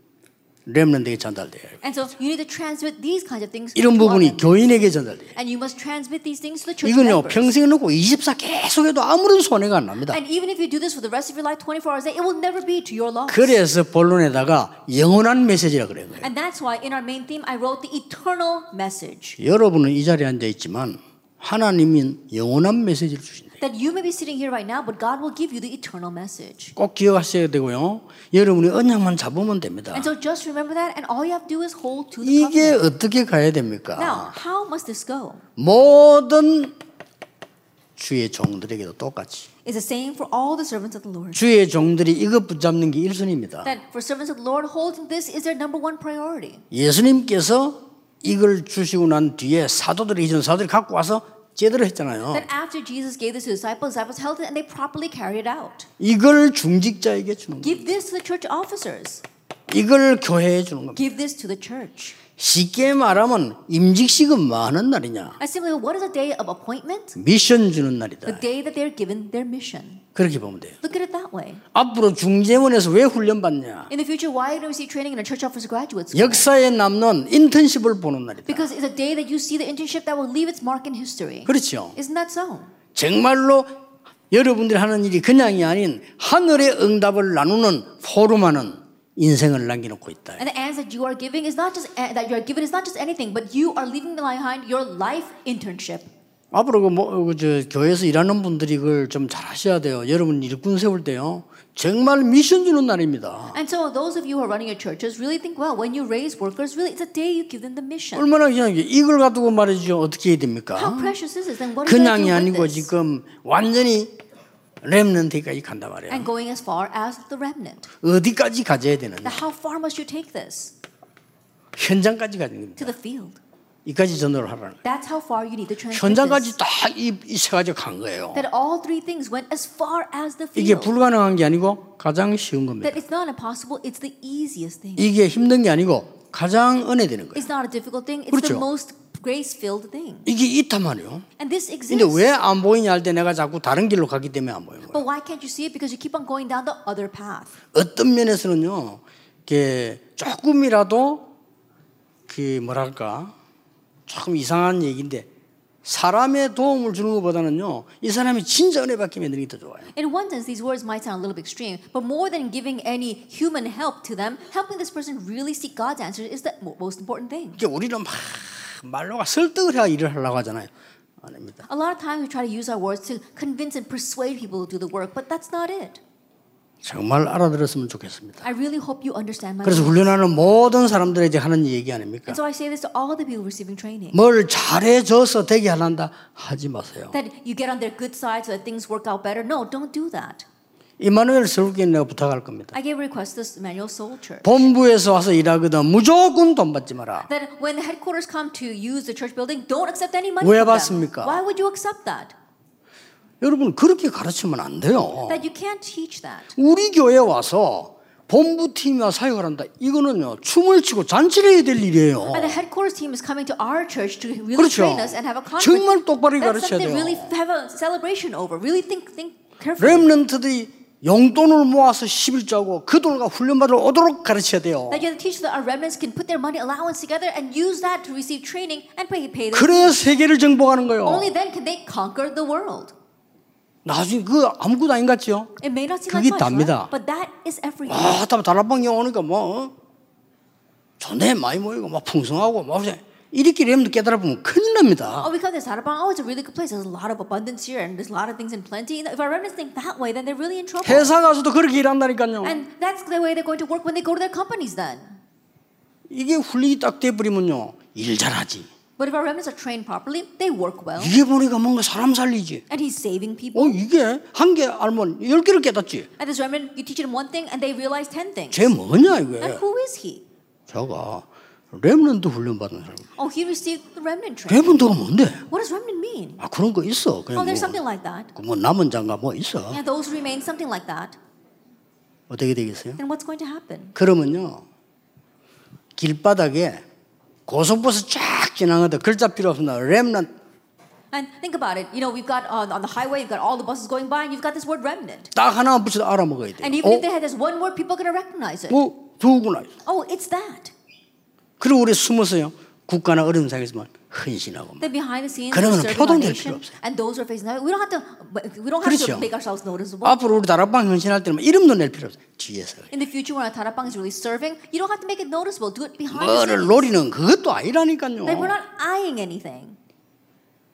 Speaker 1: 렘런드에게 전달돼요.
Speaker 2: And so you need to transmit these kinds of things.
Speaker 1: 이런
Speaker 2: to all
Speaker 1: 부분이
Speaker 2: members.
Speaker 1: 교인에게 전달돼요.
Speaker 2: And you must transmit these things to the church
Speaker 1: 이건요.
Speaker 2: members.
Speaker 1: 평생 넣고 24 계속해도 그렇죠. 아무런 손해가 안 납니다.
Speaker 2: And even if you do this for the rest of your life, 24 hours a day, it will never be to your loss.
Speaker 1: 그래서 본론에다가 영원한 메시지라 그래요.
Speaker 2: And that's why in our main theme, I wrote the eternal message.
Speaker 1: 여러분은 이 자리에 앉아 있지만 하나님은 영원한 메시지를 주신다.
Speaker 2: That you may be sitting here right now, but God will give you the eternal message.
Speaker 1: 꼭 기억하셔야 되고요. 여러분이 언약만 잡으면 됩니다.
Speaker 2: And so just remember that, and all you have to do is hold to the
Speaker 1: 이게
Speaker 2: covenant.
Speaker 1: 어떻게 가야
Speaker 2: Now,
Speaker 1: 됩니까?
Speaker 2: how must this go?
Speaker 1: 모든 주의 종들에게도 똑같이.
Speaker 2: It's the same for all the servants of the Lord.
Speaker 1: 주의 종들이 이것 붙잡는 게 1순위입니다.
Speaker 2: That for servants of the Lord, holding this is their number one priority.
Speaker 1: 예수님께서 이걸 주시고 난 뒤에 사도들이 이전 사도들이 갖고 와서 제대로 했잖아요.
Speaker 2: That after Jesus gave this to the disciples, disciples held it and they properly carried it out.
Speaker 1: 이걸 중직자에게 주는 겁니다.
Speaker 2: Give this to the church officers.
Speaker 1: 이걸 교회에 주는 겁니다.
Speaker 2: Give this to the church.
Speaker 1: 쉽게 말하면 임직식은 뭐 하는 날이냐?
Speaker 2: And simply, what is a day of appointment?
Speaker 1: 미션 주는
Speaker 2: The
Speaker 1: 날이다.
Speaker 2: day that they're given their mission.
Speaker 1: 그렇게 보면 돼요.
Speaker 2: Look at it that way.
Speaker 1: 앞으로 중재원에서 왜 훈련 받냐?
Speaker 2: In the future, why do we see training in a church office graduate school?
Speaker 1: 역사에 남는 인턴십을 보는 날이다.
Speaker 2: Because it's a day that you see the internship that will leave its mark in history.
Speaker 1: 그렇죠.
Speaker 2: Isn't that so?
Speaker 1: 정말로 여러분들이 하는 일이 그냥이 아닌 하늘의 응답을 나누는 포럼하는 인생을 남겨놓고 있다.
Speaker 2: And the answer that you are giving is not just eh, that you are given is not just anything, but you are leaving behind your life internship.
Speaker 1: 앞으로 그, 뭐, 그 저, 교회에서 일하는 분들이 이걸 좀 잘하셔야 돼요. 여러분 일꾼 세울 때요. 정말 미션 주는 날입니다.
Speaker 2: And so, those of you who are running your churches, really think well. When you raise workers, really, it's a day you give them the mission.
Speaker 1: 얼마나 그냥 이걸 가지고 말이죠. 어떻게 해야
Speaker 2: How
Speaker 1: 됩니까?
Speaker 2: precious is this? And what are you
Speaker 1: 그냥이
Speaker 2: going to do
Speaker 1: 아니고
Speaker 2: with this?
Speaker 1: 지금 완전히 렘넌트까지 간단 말이에요.
Speaker 2: And going as far as the remnant.
Speaker 1: 어디까지 가져야 되느냐.
Speaker 2: Now, how far must you take this
Speaker 1: 현장까지 가는 겁니다.
Speaker 2: to the field?
Speaker 1: 이까지 전도를 하라는 거예요.
Speaker 2: That's how far you need to transmit this.
Speaker 1: 현장까지 딱이세 가지가 간 거예요.
Speaker 2: That all three things went as far as the
Speaker 1: 이게
Speaker 2: field.
Speaker 1: 불가능한 게 아니고 가장 쉬운 겁니다.
Speaker 2: That it's not impossible. It's the easiest thing.
Speaker 1: 이게 힘든 게 아니고 가장 은혜 되는 거예요.
Speaker 2: It's not a difficult thing. It's
Speaker 1: 그렇죠.
Speaker 2: the most grace-filled thing.
Speaker 1: 이게 있단 말이에요.
Speaker 2: And this
Speaker 1: 근데
Speaker 2: exists.
Speaker 1: 왜 안 보이냐 할 때 내가 자꾸 다른 길로 가기 때문에 안 보이는 거예요.
Speaker 2: But why can't you see it? Because you keep on going down the other path.
Speaker 1: 어떤 면에서는요, 이게 조금이라도 그 뭐랄까 조금 이상한 얘기인데 사람의 도움을 주는 것보다는요, 이 사람이 진짜 은혜 받게 만드는 게 더 좋아요.
Speaker 2: In one sense, these words might sound a little bit extreme, but more than giving any human help to them, helping this person really seek God's answers is the mo- most important thing.
Speaker 1: 이게 우리는 막 말로가 설득을 해야 일을 하려고 하잖아요. 아닙니다.
Speaker 2: A lot of times we try to use our words to convince and persuade people to do the work, but that's not it.
Speaker 1: 정말 알아들었으면 좋겠습니다.
Speaker 2: I really hope you understand my
Speaker 1: 그래서
Speaker 2: point.
Speaker 1: 훈련하는 모든 사람들에게 하는 얘기 아닙니까?
Speaker 2: And so I say this to all the people receiving training.
Speaker 1: 뭘 잘해줘서 되게 하란다 하지 마세요.
Speaker 2: That you get on their good side so that things work out better. No, don't do that.
Speaker 1: 이마누엘 세울게 내가 부탁할 겁니다.
Speaker 2: I gave a request to this Emmanuel Soul Church.
Speaker 1: 본부에서 와서 일하거든 무조건 돈 받지 마라.
Speaker 2: that when the headquarters come to use the church building, don't accept any money
Speaker 1: 왜
Speaker 2: from them.
Speaker 1: 받습니까?
Speaker 2: Why would you accept that?
Speaker 1: 여러분 그렇게 가르치면 안 돼요.
Speaker 2: That you can't teach that.
Speaker 1: 우리 교회 와서 본부팀이나 사역한다. 이거는요 춤을 추고 잔치를 해야 될 일이에요.
Speaker 2: And the headquarters team is coming to our church to 아, 네. really
Speaker 1: 그렇죠.
Speaker 2: train us and have a conference.
Speaker 1: 정말 똑바로
Speaker 2: That's
Speaker 1: 가르쳐야
Speaker 2: something really
Speaker 1: 돼요.
Speaker 2: have a celebration over. Really think, think carefully.
Speaker 1: 렘넌트들이 용돈을 모아서 11조하고 그 돈과 훈련받으러 오도록 가르쳐야 돼요.
Speaker 2: That you have to teach that our remnants can put their money allowance together and use that to receive training and pay, pay them.
Speaker 1: 그래야 세계를 정복하는 거예요.
Speaker 2: Only then can they conquer the world.
Speaker 1: 나중에 그 아무것도 아닌 것 같죠?
Speaker 2: It may not seem
Speaker 1: 그게
Speaker 2: like much, right?
Speaker 1: 답니다.
Speaker 2: but that is everything.
Speaker 1: 아, 다음 다락방에 오니까 뭐 전에 많이 모이고 막 풍성하고 막 그래. 이렇게 렘도 깨달아 보면 큰일 납니다.
Speaker 2: Oh, we got this out of Oh, it's a really good place. There's a lot of abundance here, and there's a lot of things in plenty. If our remnants think that way, then they're really in trouble.
Speaker 1: 회사 가서도 그렇게 일한다니까요.
Speaker 2: And that's the way they're going to work when they go to their companies. Then
Speaker 1: 이게 훈련이 딱 돼버리면요 일 잘하지
Speaker 2: But if our remnants are trained properly, they work well.
Speaker 1: 이게 보니까 뭔가 사람 살리지.
Speaker 2: And he's saving people.
Speaker 1: 어 이게 한 개 알면 열 개를 깨닫지.
Speaker 2: And this remnant, you teach them one thing and they realize 10 things.
Speaker 1: 쟤 뭐냐
Speaker 2: And
Speaker 1: 이거야.
Speaker 2: who is he?
Speaker 1: 저가 렘넌트 훈련 받은 사람.
Speaker 2: Oh, he received the remnant training.
Speaker 1: 렘넌트가 뭔데?
Speaker 2: What does remnant mean?
Speaker 1: 아 그런 거 있어.
Speaker 2: Oh,
Speaker 1: 그냥
Speaker 2: there's
Speaker 1: 뭐,
Speaker 2: something like that.
Speaker 1: 그뭐 남은 장가 뭐 있어.
Speaker 2: Yeah, those who remain, something like that.
Speaker 1: 어떻게 되겠어요?
Speaker 2: Then what's going to happen?
Speaker 1: 그러면요 길바닥에 고속버스 쫙 지나가다 글자 필요 없습니다. 렘넌트
Speaker 2: And think about it. You know, we've got uh, on, on the highway, you've got all the buses going by, and you've got this word remnant.
Speaker 1: 딱 하나만 붙여도 알아먹어야 돼.
Speaker 2: And even
Speaker 1: 요
Speaker 2: if they had this one word, people are going to recognize it.
Speaker 1: 어, 어 두구나.
Speaker 2: Oh, it's that.
Speaker 1: 그리고 우리 숨어서요 국가나 어려운 상황에서만 헌신하고
Speaker 2: Then behind the scenes,
Speaker 1: 그러면은
Speaker 2: we're serving our
Speaker 1: 표동될 필요
Speaker 2: nation,
Speaker 1: 없어요.
Speaker 2: and those who are facing that, we don't have to. We don't have
Speaker 1: 그렇죠.
Speaker 2: to make ourselves noticeable.
Speaker 1: 앞으로 우리 다락방 헌신할 때는 이름도 낼 필요 없어. 뒤에서.
Speaker 2: In the future, when our tarapang is really serving, you don't have to make it noticeable. Do it behind the
Speaker 1: 뭐를
Speaker 2: scenes.
Speaker 1: 노리는 그것도 아니라니까요.
Speaker 2: Like we're not eyeing anything.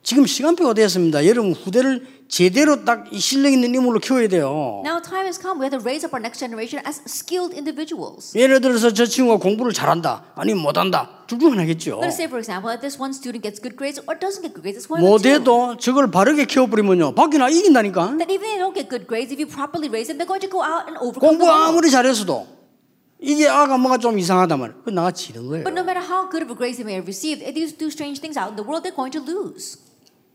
Speaker 1: 지금 시간표가 되었습니다. 여러분 후대를 제대로 딱 이 실력 있는 인물로 키워야 돼요.
Speaker 2: Now time has come. We have to raise up our next generation as skilled individuals.
Speaker 1: 예를 들어서 저 친구가 공부를 잘한다, 아니면 못한다, 둘 중 하나겠죠.
Speaker 2: Let's say, for example, that this one student gets good grades or doesn't get good grades. It's one of the two.
Speaker 1: 못해도 저걸 뭐 바르게 키워버리면요, 밖이나 이긴다니까.
Speaker 2: That even if they don't get good grades, if you properly raise them, they're going to go out and overcome the
Speaker 1: 공부
Speaker 2: world.
Speaker 1: 아무리 잘해서도 이게 아가 뭐가 좀 이상하다면 그 나가 지는 거예요.
Speaker 2: But no matter how good of a grades they may have received, if they do strange things out in the world, they're going to lose.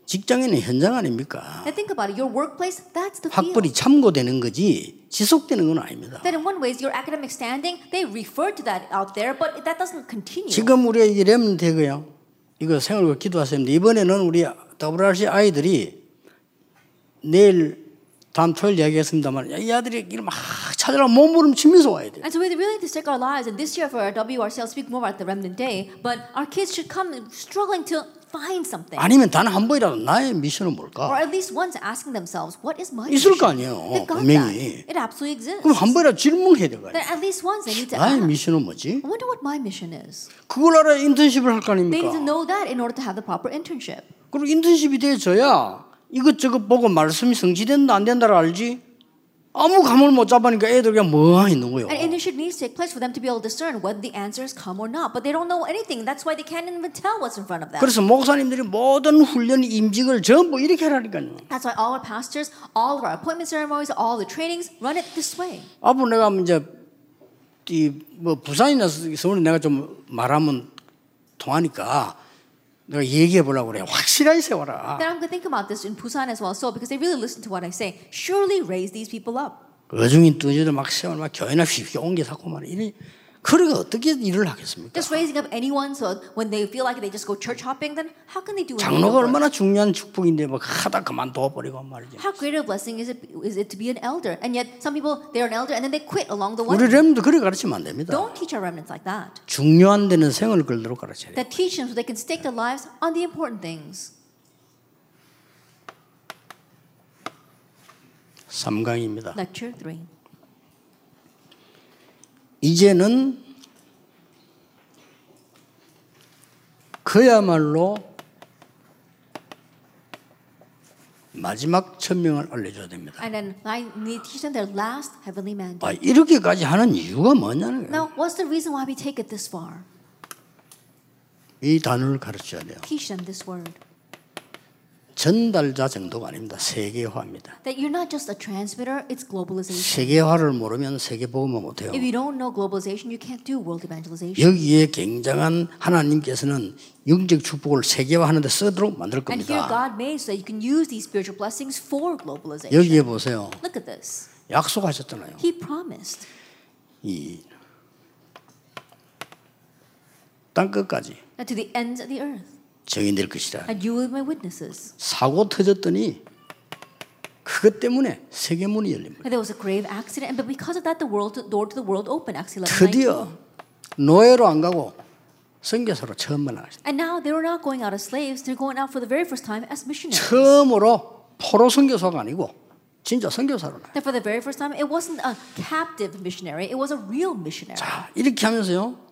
Speaker 1: 직장인은 현장 아닙니까?
Speaker 2: Now think about it. Your workplace, that's the field.
Speaker 1: 학벌이 참고되는 거지 지속되는 건 아닙니다.
Speaker 2: That in one ways, your academic standing, they refer to that out there, but that doesn't continue.
Speaker 1: 지금 우리의 이 렘대고요. 이거 생활고 기도하셨는데 이번에는 우리 WRC 아이들이 내일 다음 토요일 이야기했습니다만 이 아들이 이걸 막 찾으라 몸부림치면서 와야 돼요.
Speaker 2: And so we really need to stick our lives. And this year for our WRC, I'll speak more about the Remnant Day. But our kids should come struggling to find something,
Speaker 1: 아니면 단 한 번이라도 나의 미션은
Speaker 2: or
Speaker 1: 뭘까?
Speaker 2: at least once asking themselves, "What is my?"
Speaker 1: 있을
Speaker 2: mission?"
Speaker 1: 거 아니에요.
Speaker 2: They've got
Speaker 1: 분명히.
Speaker 2: that. It absolutely exists.
Speaker 1: 그럼 한 번이라도 질문해야 되거요
Speaker 2: Then at least once they need to
Speaker 1: 나의
Speaker 2: ask.
Speaker 1: 미션은 뭐지?
Speaker 2: I wonder what my mission is.
Speaker 1: 그걸 알아야 네, 인턴십을 할 거
Speaker 2: They need to
Speaker 1: 아닙니까?
Speaker 2: know that in order to have the proper internship.
Speaker 1: 그리고 인턴십이 돼져야 이것저것 보고 말씀이 성취된다 안 된다를 알지 아무 감을 못 잡으니까 애들 그냥 뭐 있는 거예요.
Speaker 2: And internship needs to take place for them to be able to discern whether the answers come or not. But they don't know anything. That's why they can't even tell what's in front of them.
Speaker 1: 그래서 목사님들이 모든 훈련 임직을 전부 이렇게 하라니까요.
Speaker 2: That's why all our pastors, all of our appointment ceremonies, all the trainings run it this way.
Speaker 1: 앞으로 내가 이제 이뭐 부산이나 서울에 내가 좀 말하면 통하니까 내가 얘기해 보려고 그래. 확실하게 세워라.
Speaker 2: Then I'm going to think about this in Busan as well, so because they really listen to what I say. Surely raise these people up.
Speaker 1: 어중인 뚜지도 막 세워 막 교회나 쉽게 옮겨 사고 말이야. 이래. 그러니까 어떻게 일을 하겠습니까?
Speaker 2: Just raising up anyone, so when they feel like they just go church hopping, then how can they do any
Speaker 1: 장로가
Speaker 2: good work?
Speaker 1: 얼마나 중요한 축복인데 막 하다 그만둬 버리고 말이지.
Speaker 2: How great a blessing is it is it to be an elder? And yet some people they're an elder and then they quit along the
Speaker 1: 우리
Speaker 2: way.
Speaker 1: 렘도 그래 가르치면 안 됩니다.
Speaker 2: Don't teach our remnants like that.
Speaker 1: 중요한 데는 생을 걸도록 가르쳐야 돼.
Speaker 2: That teach them so they can stake their lives on the important things.
Speaker 1: 3강입니다.
Speaker 2: Lecture three.
Speaker 1: 이제는 그야말로 마지막 천명을 알려줘야 됩니다.
Speaker 2: And then I need to teach them their last heavenly mandate.
Speaker 1: 아, 이렇게까지 하는 이유가 뭐냐는 거예요.
Speaker 2: Now, what's the reason why we take it this far?
Speaker 1: 이 단어를 가르쳐야 돼요.
Speaker 2: Teach them this word.
Speaker 1: 전달자 정도가 아닙니다. 세계화입니다.
Speaker 2: That you're not just a transmitter, it's globalization.
Speaker 1: 세계화를 모르면 세계복음을 뭐 못해요.
Speaker 2: If you don't know globalization, you can't do world evangelization.
Speaker 1: 여기에 굉장한 하나님께서는 영적 축복을 세계화하는 데 쓰도록 만들
Speaker 2: And here
Speaker 1: 겁니다.
Speaker 2: God made so that you can use these spiritual blessings for globalization.
Speaker 1: 여기에 보세요.
Speaker 2: Look at this.
Speaker 1: 약속하셨잖아요.
Speaker 2: He promised
Speaker 1: 이 땅끝까지
Speaker 2: that to the ends of the earth,
Speaker 1: 정의될 것이라.
Speaker 2: and you will be my witnesses.
Speaker 1: 사고 터졌더니 그것 때문에 세계문이 열립니다.
Speaker 2: And there was a grave accident, and but because of that, the world door to the world opened. Acts 11:19.
Speaker 1: 드디어 노예로 안 가고 선교사로 처음 만나셨습니다.
Speaker 2: And now they were not going out as slaves; they're going out for the very first time as missionaries.
Speaker 1: 처음으로 포로 선교사가 아니고 진짜 선교사로 나요.
Speaker 2: That for the very first time, it wasn't a captive missionary; it was a real missionary.
Speaker 1: 자 이렇게 하면서요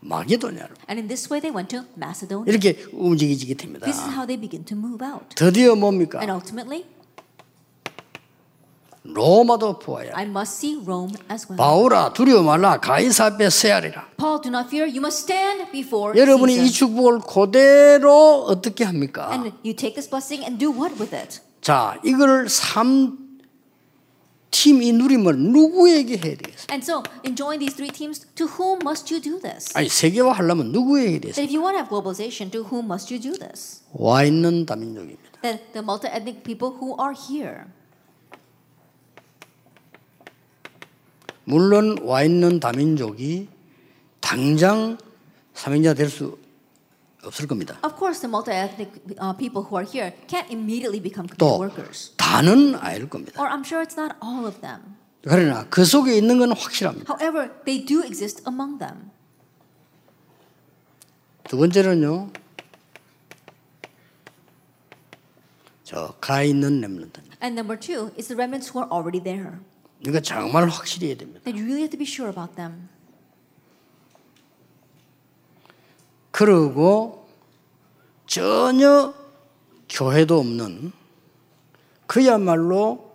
Speaker 1: 마게도냐로
Speaker 2: And in this way, they went to Macedonia.
Speaker 1: 이렇게 움직이게 됩니다.
Speaker 2: This is how they begin to move out.
Speaker 1: 드디어 뭡니까
Speaker 2: And ultimately,
Speaker 1: 로마도 보아야.
Speaker 2: I must see Rome as well.
Speaker 1: 바울아 두려워 말라 가이사 앞에 세하리라.
Speaker 2: Paul, do not fear. You must stand before
Speaker 1: 여러분이 이
Speaker 2: Caesar.
Speaker 1: 축복을 그대로 어떻게 합니까?
Speaker 2: And you take this blessing and do what with it?
Speaker 1: 자, 이걸 삼 팀이 누림을 누구에게 해야 되겠어요?
Speaker 2: And so, in joining these three teams, to whom must you do this?
Speaker 1: 아니 세계화 하려면 누구에게 해야 되겠어요?
Speaker 2: That if you want to have globalization, to whom must you do this?
Speaker 1: 와 있는 다민족입니다.
Speaker 2: That the multi-ethnic people who are here.
Speaker 1: 물론 와 있는 다민족이 당장 사명자 될 수 없을 겁니다.
Speaker 2: Of course, the multi-ethnic uh, people who are here can't immediately become community
Speaker 1: 또
Speaker 2: workers.
Speaker 1: 다는 아닐 겁니다.
Speaker 2: Or I'm sure it's not all of them.
Speaker 1: 그러나 그 속에 있는 건 확실합니다.
Speaker 2: However, they do exist among them.
Speaker 1: 두 번째는요. 저 가 있는 렘넌트.
Speaker 2: And number two is the remnants who are already there.
Speaker 1: 이거 그러니까 정말 확실히 해야 됩니다.
Speaker 2: That you really have to be sure about them.
Speaker 1: 그러고 전혀 교회도 없는 그야말로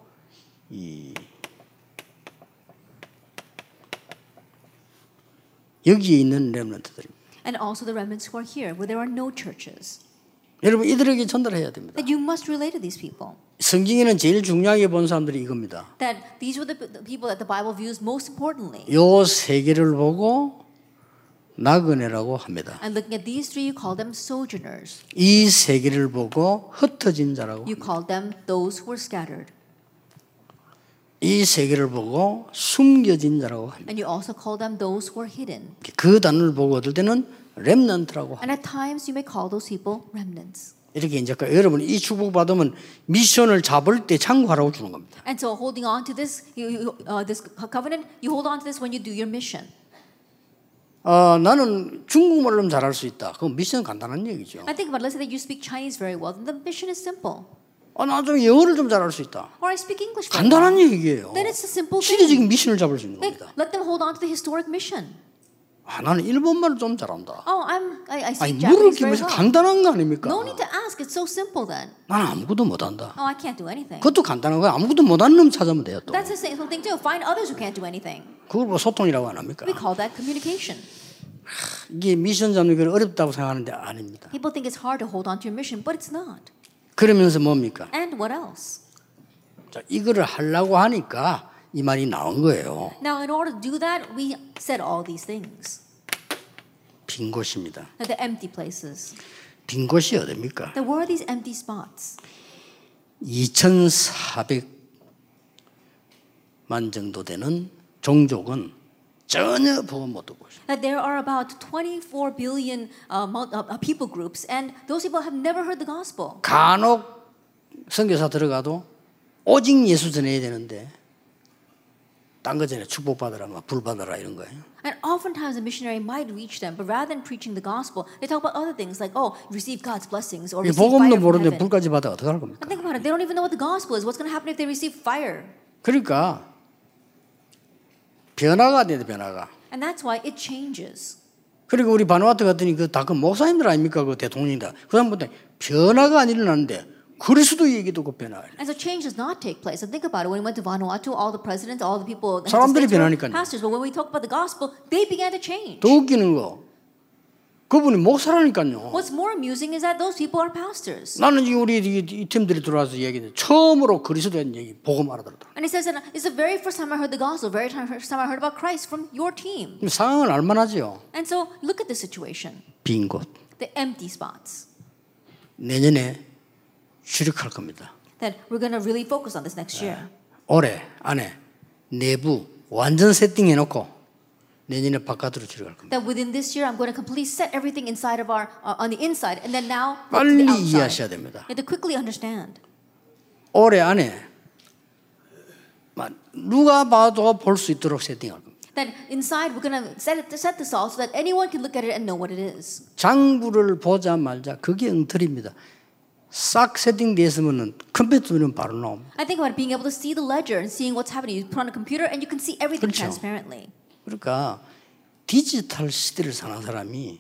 Speaker 1: 이 여기에 있는 렘넌트들입니다.
Speaker 2: And also the remnants who are here, where there are no churches.
Speaker 1: 여러분 이들에게 전달해야 됩니다.
Speaker 2: That you must relate to these people.
Speaker 1: 성경에는 제일 중요하게 본 사람들이 이겁니다.
Speaker 2: That these were the, the people that the Bible views most importantly.
Speaker 1: 요 세계를 보고 나그네라고 합니다.
Speaker 2: And looking at these three, you call them sojourners.
Speaker 1: 이 세계를 보고 흩어진 자라고
Speaker 2: You call them those who are scattered.
Speaker 1: 이 세계를 보고 숨겨진 자라고 합니다.
Speaker 2: And you also call them those who are hidden.
Speaker 1: 그 단어를 보고 얻을 때는 렘넌트라고 합니다.
Speaker 2: And at times, you may call those people remnants.
Speaker 1: 이렇게 이제 그- 여러분 이 축복 받으면 미션을 잡을 때 참고하라고 주는 겁니다.
Speaker 2: And so, holding on to this, you, you, uh, this covenant, you hold on to this when you do your mission.
Speaker 1: 아, 나는 중국말로 는 잘할 수 있다. 그건 미션 간단한 얘기죠.
Speaker 2: I think about let's say that you speak Chinese very well, then the mission is simple.
Speaker 1: 아, 나좀 영어를 좀 잘할 수 있다.
Speaker 2: Or I speak English very well.
Speaker 1: 간단한 얘기예요.
Speaker 2: Then it's a simple thing.
Speaker 1: 시대적인 미션을 잡을 수 있는
Speaker 2: Like,
Speaker 1: 겁니다.
Speaker 2: let them hold on to the historic mission.
Speaker 1: 아, 나는 일본말을 좀 잘한다.
Speaker 2: Oh, I'm I, I
Speaker 1: 아니
Speaker 2: speak
Speaker 1: 물을
Speaker 2: Japanese very
Speaker 1: 기면서
Speaker 2: well.
Speaker 1: 간단한 거 아닙니까?
Speaker 2: No need to ask. It's so simple then.
Speaker 1: 나는 아무것도 못한다.
Speaker 2: Oh, I can't do anything.
Speaker 1: 그것도 간단한 거야. 아무것도 못하는 놈 찾으면 돼요. 또
Speaker 2: That's the same thing too. Find others who can't do anything.
Speaker 1: 그걸 뭐 소통이라고 안 합니까?
Speaker 2: We call that communication.
Speaker 1: 이게 미션 잡는 게 어렵다고 생각하는데 아닙니다.
Speaker 2: People think it's hard to hold on to your mission, but it's not.
Speaker 1: 그러면서 뭡니까?
Speaker 2: And what else?
Speaker 1: 자, 이거를 하려고 하니까 이 말이 나온 거예요.
Speaker 2: Now, in order to do that, we said all these things.
Speaker 1: 빈 곳입니다.
Speaker 2: Now, The empty places.
Speaker 1: 빈 곳이 어딥니까?
Speaker 2: There were these empty spots.
Speaker 1: 2,400만 정도 되는 종족은 전혀 복음 못 듣고 있어요.
Speaker 2: That there are about 24 billion uh, mul- uh, uh, people groups, and those people have never heard the gospel.
Speaker 1: 간혹 선교사 들어가도 오직 예수 전해야 되는데 딴 거 전에 축복받으라 막 불받으라 이런 거예요.
Speaker 2: And oftentimes a missionary might reach them, but rather than preaching the gospel, they talk about other things like, oh, receive God's blessings or
Speaker 1: 이
Speaker 2: receive fire
Speaker 1: 복음도
Speaker 2: from
Speaker 1: 모르는데
Speaker 2: heaven.
Speaker 1: 불까지 받아 어떡할 겁니까?
Speaker 2: And think about it, they don't even know what the gospel is. What's going to happen if they receive fire?
Speaker 1: 그러니까 변화가 돼야 돼 변화가.
Speaker 2: And that's why it changes.
Speaker 1: 그리고 우리 바누아트 같은 그다그 목사님들 아닙니까 그 대통령이다. 그 사람보다 변화가 안 일어나는데 그리스도 얘기도 그 변화.
Speaker 2: And so change does not take place. And think about it. When we went to Vanuatu, all the presidents, all the people, the
Speaker 1: 사람들이
Speaker 2: heads of states were
Speaker 1: 변하니까요.
Speaker 2: pastors. But when we talk about the gospel, they began to change.
Speaker 1: 더 웃기는 거 그분이 목사라니까요.
Speaker 2: What's more amusing is that those people are pastors.
Speaker 1: 나는 지금 우리 이, 이 팀들이 들어와서 얘기했는데 처음으로 그리스도에 대한 얘기 복음 알아들었다.
Speaker 2: And it says that it's the very first time I heard the gospel, very time, first time I heard about Christ from your team.
Speaker 1: 이 상황을 알만하지요.
Speaker 2: And so look at the situation,
Speaker 1: 빈 곳.
Speaker 2: the empty spots.
Speaker 1: 내년에 주력할 겁니다.
Speaker 2: That we're going to really focus on this next year.
Speaker 1: 올해 안에 내부 완전 세팅해놓고 내년에 바깥으로 주력할 겁니다.
Speaker 2: That within this year, I'm going to completely set everything inside of our uh, on the inside, and then now look to
Speaker 1: 빨리
Speaker 2: the
Speaker 1: 이해하셔야
Speaker 2: outside.
Speaker 1: 됩니다.
Speaker 2: You have to quickly understand.
Speaker 1: 올해 안에 막 누가 봐도 볼 수 있도록 세팅할 겁니다.
Speaker 2: That inside we're gonna set it, set this all so that anyone can look at it and know what it is.
Speaker 1: 장부를 보자 말자 그게 엉터리입니다. 싹 세팅돼 있으면은 컴퓨터는 바로 나옵니다.
Speaker 2: I think about being able to see the ledger and seeing what's happening. You put on a computer and you can see everything
Speaker 1: 그렇죠.
Speaker 2: transparently.
Speaker 1: 그러니까 디지털 시대를 사는 사람이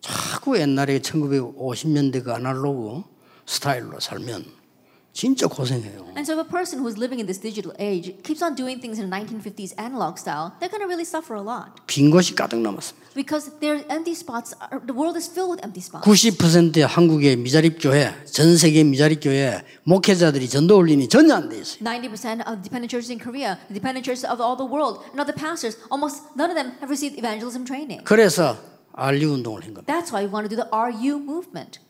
Speaker 1: 자꾸 옛날에 1950년대 그 아날로그 스타일로 살면 진짜 고생해요.
Speaker 2: And so if a person who's living in this digital age keeps on doing things in a 1950s analog style, they're going to really suffer a lot
Speaker 1: 빈 것이 가득 남았습니다.
Speaker 2: because their empty spots are, the world is filled with empty spots.
Speaker 1: 90%의 한국의 미자립 교회, 전 세계 미자립 교회 목회자들이 전도 훈련이 전혀 안 돼 있어요.
Speaker 2: 90% of dependent churches in Korea, the dependent churches of all the world, and other pastors, almost none of them have received evangelism training.
Speaker 1: 그래서 알리 운동을 한 겁니다.
Speaker 2: That's why we want to do the RU movement.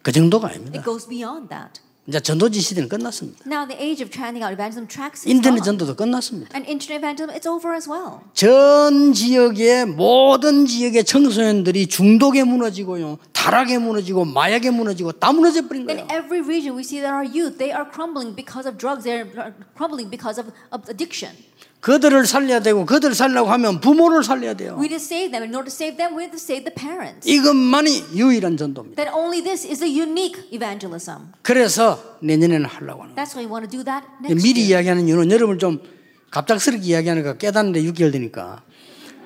Speaker 1: 그 정도가 아닙니다.
Speaker 2: It goes beyond that.
Speaker 1: 이제 전도지 시대는 끝났습니다.
Speaker 2: Now, the age of handing out evangelism tracks is
Speaker 1: 인터넷
Speaker 2: gone.
Speaker 1: 전도도 끝났습니다.
Speaker 2: and internet evangelism, it's over as well.
Speaker 1: 전 지역의 모든 지역의 청소년들이 중독에 무너지고요, 타락에 무너지고 마약에 무너지고 다 무너져 버린 거예요.
Speaker 2: In every region, we see that our youth they are crumbling because of drugs. They are crumbling because of, of addiction.
Speaker 1: 그들을 살려야 되고 그들을 살려고 하면 부모를 살려야 돼요.
Speaker 2: We need to save them. In order to save them, we need to save the parents.
Speaker 1: 이것만이 유일한 전도입니다.
Speaker 2: That only this is a unique evangelism.
Speaker 1: 그래서 내년에는 하려고 하는. 거예요.
Speaker 2: That's why we want to do that next
Speaker 1: 미리
Speaker 2: year.
Speaker 1: 이야기하는 이유는 여러분을 좀 갑작스럽게 이야기하는 거 깨닫는데 6개월 되니까.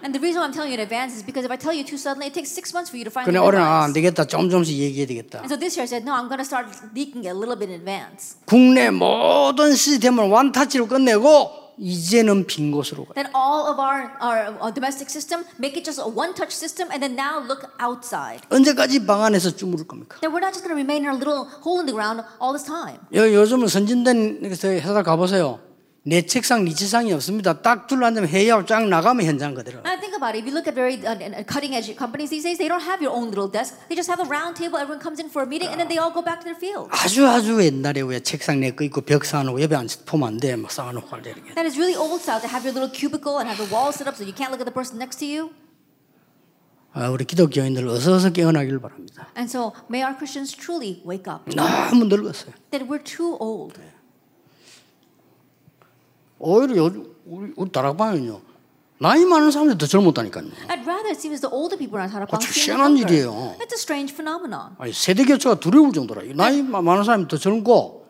Speaker 2: And the reason why I'm telling you in advance is because if I tell you too suddenly, it takes six months for you to finally
Speaker 1: 그래 올해는 아,
Speaker 2: realize.
Speaker 1: 안 되겠다. 조금 조금씩 얘기해야 되겠다.
Speaker 2: And so this year I said, no, I'm going to start leaking it a little bit in advance.
Speaker 1: 국내 모든 시스템을 원타치로 끝내고 이제는 빈 곳으로 가.
Speaker 2: Then all of our, our, our domestic system, make it just a one-touch system, and then now look outside.
Speaker 1: 언제까지 방 안에서 주무를 겁니까?
Speaker 2: That we're not just going to remain in our little hole in the ground all this time.
Speaker 1: 요, 요즘은 선진된 그래서 회사 가보세요. 내 책상, 니 책상이 없습니다. 딱 둘러앉으면 회의하고 쫙 나가면 현장 그대로.
Speaker 2: And think about it. If you look at very uh, cutting edge companies these days, they don't have your own little desk. They just have a round table. Everyone comes in for a meeting, and then they all go back to their field.
Speaker 1: 아주 아주 옛날에 왜 책상 내 거 있고 벽 쌓아놓고 옆에 앉아서 보면 안 돼. 막 쌓아놓고 할때 이렇게.
Speaker 2: That is really old style to have your little cubicle and have the wall set up so you can't look at the person next to you.
Speaker 1: 아, 우리 기독교인들 어서 어서 깨어나길 바랍니다.
Speaker 2: And so may our Christians truly wake up.
Speaker 1: 너무 늙었어요.
Speaker 2: That we're too old.
Speaker 1: 오히려 요즘 우리, 우리 다락방은요 나이 많은 사람들이 더 젊었다니까요.
Speaker 2: I'd rather it seems the older people are not
Speaker 1: 그거 희한한 일이에요.
Speaker 2: It's a strange phenomenon.
Speaker 1: 아니 세대 교체가 두려울 정도라. 이 나이 마- 많은 사람이 더 젊고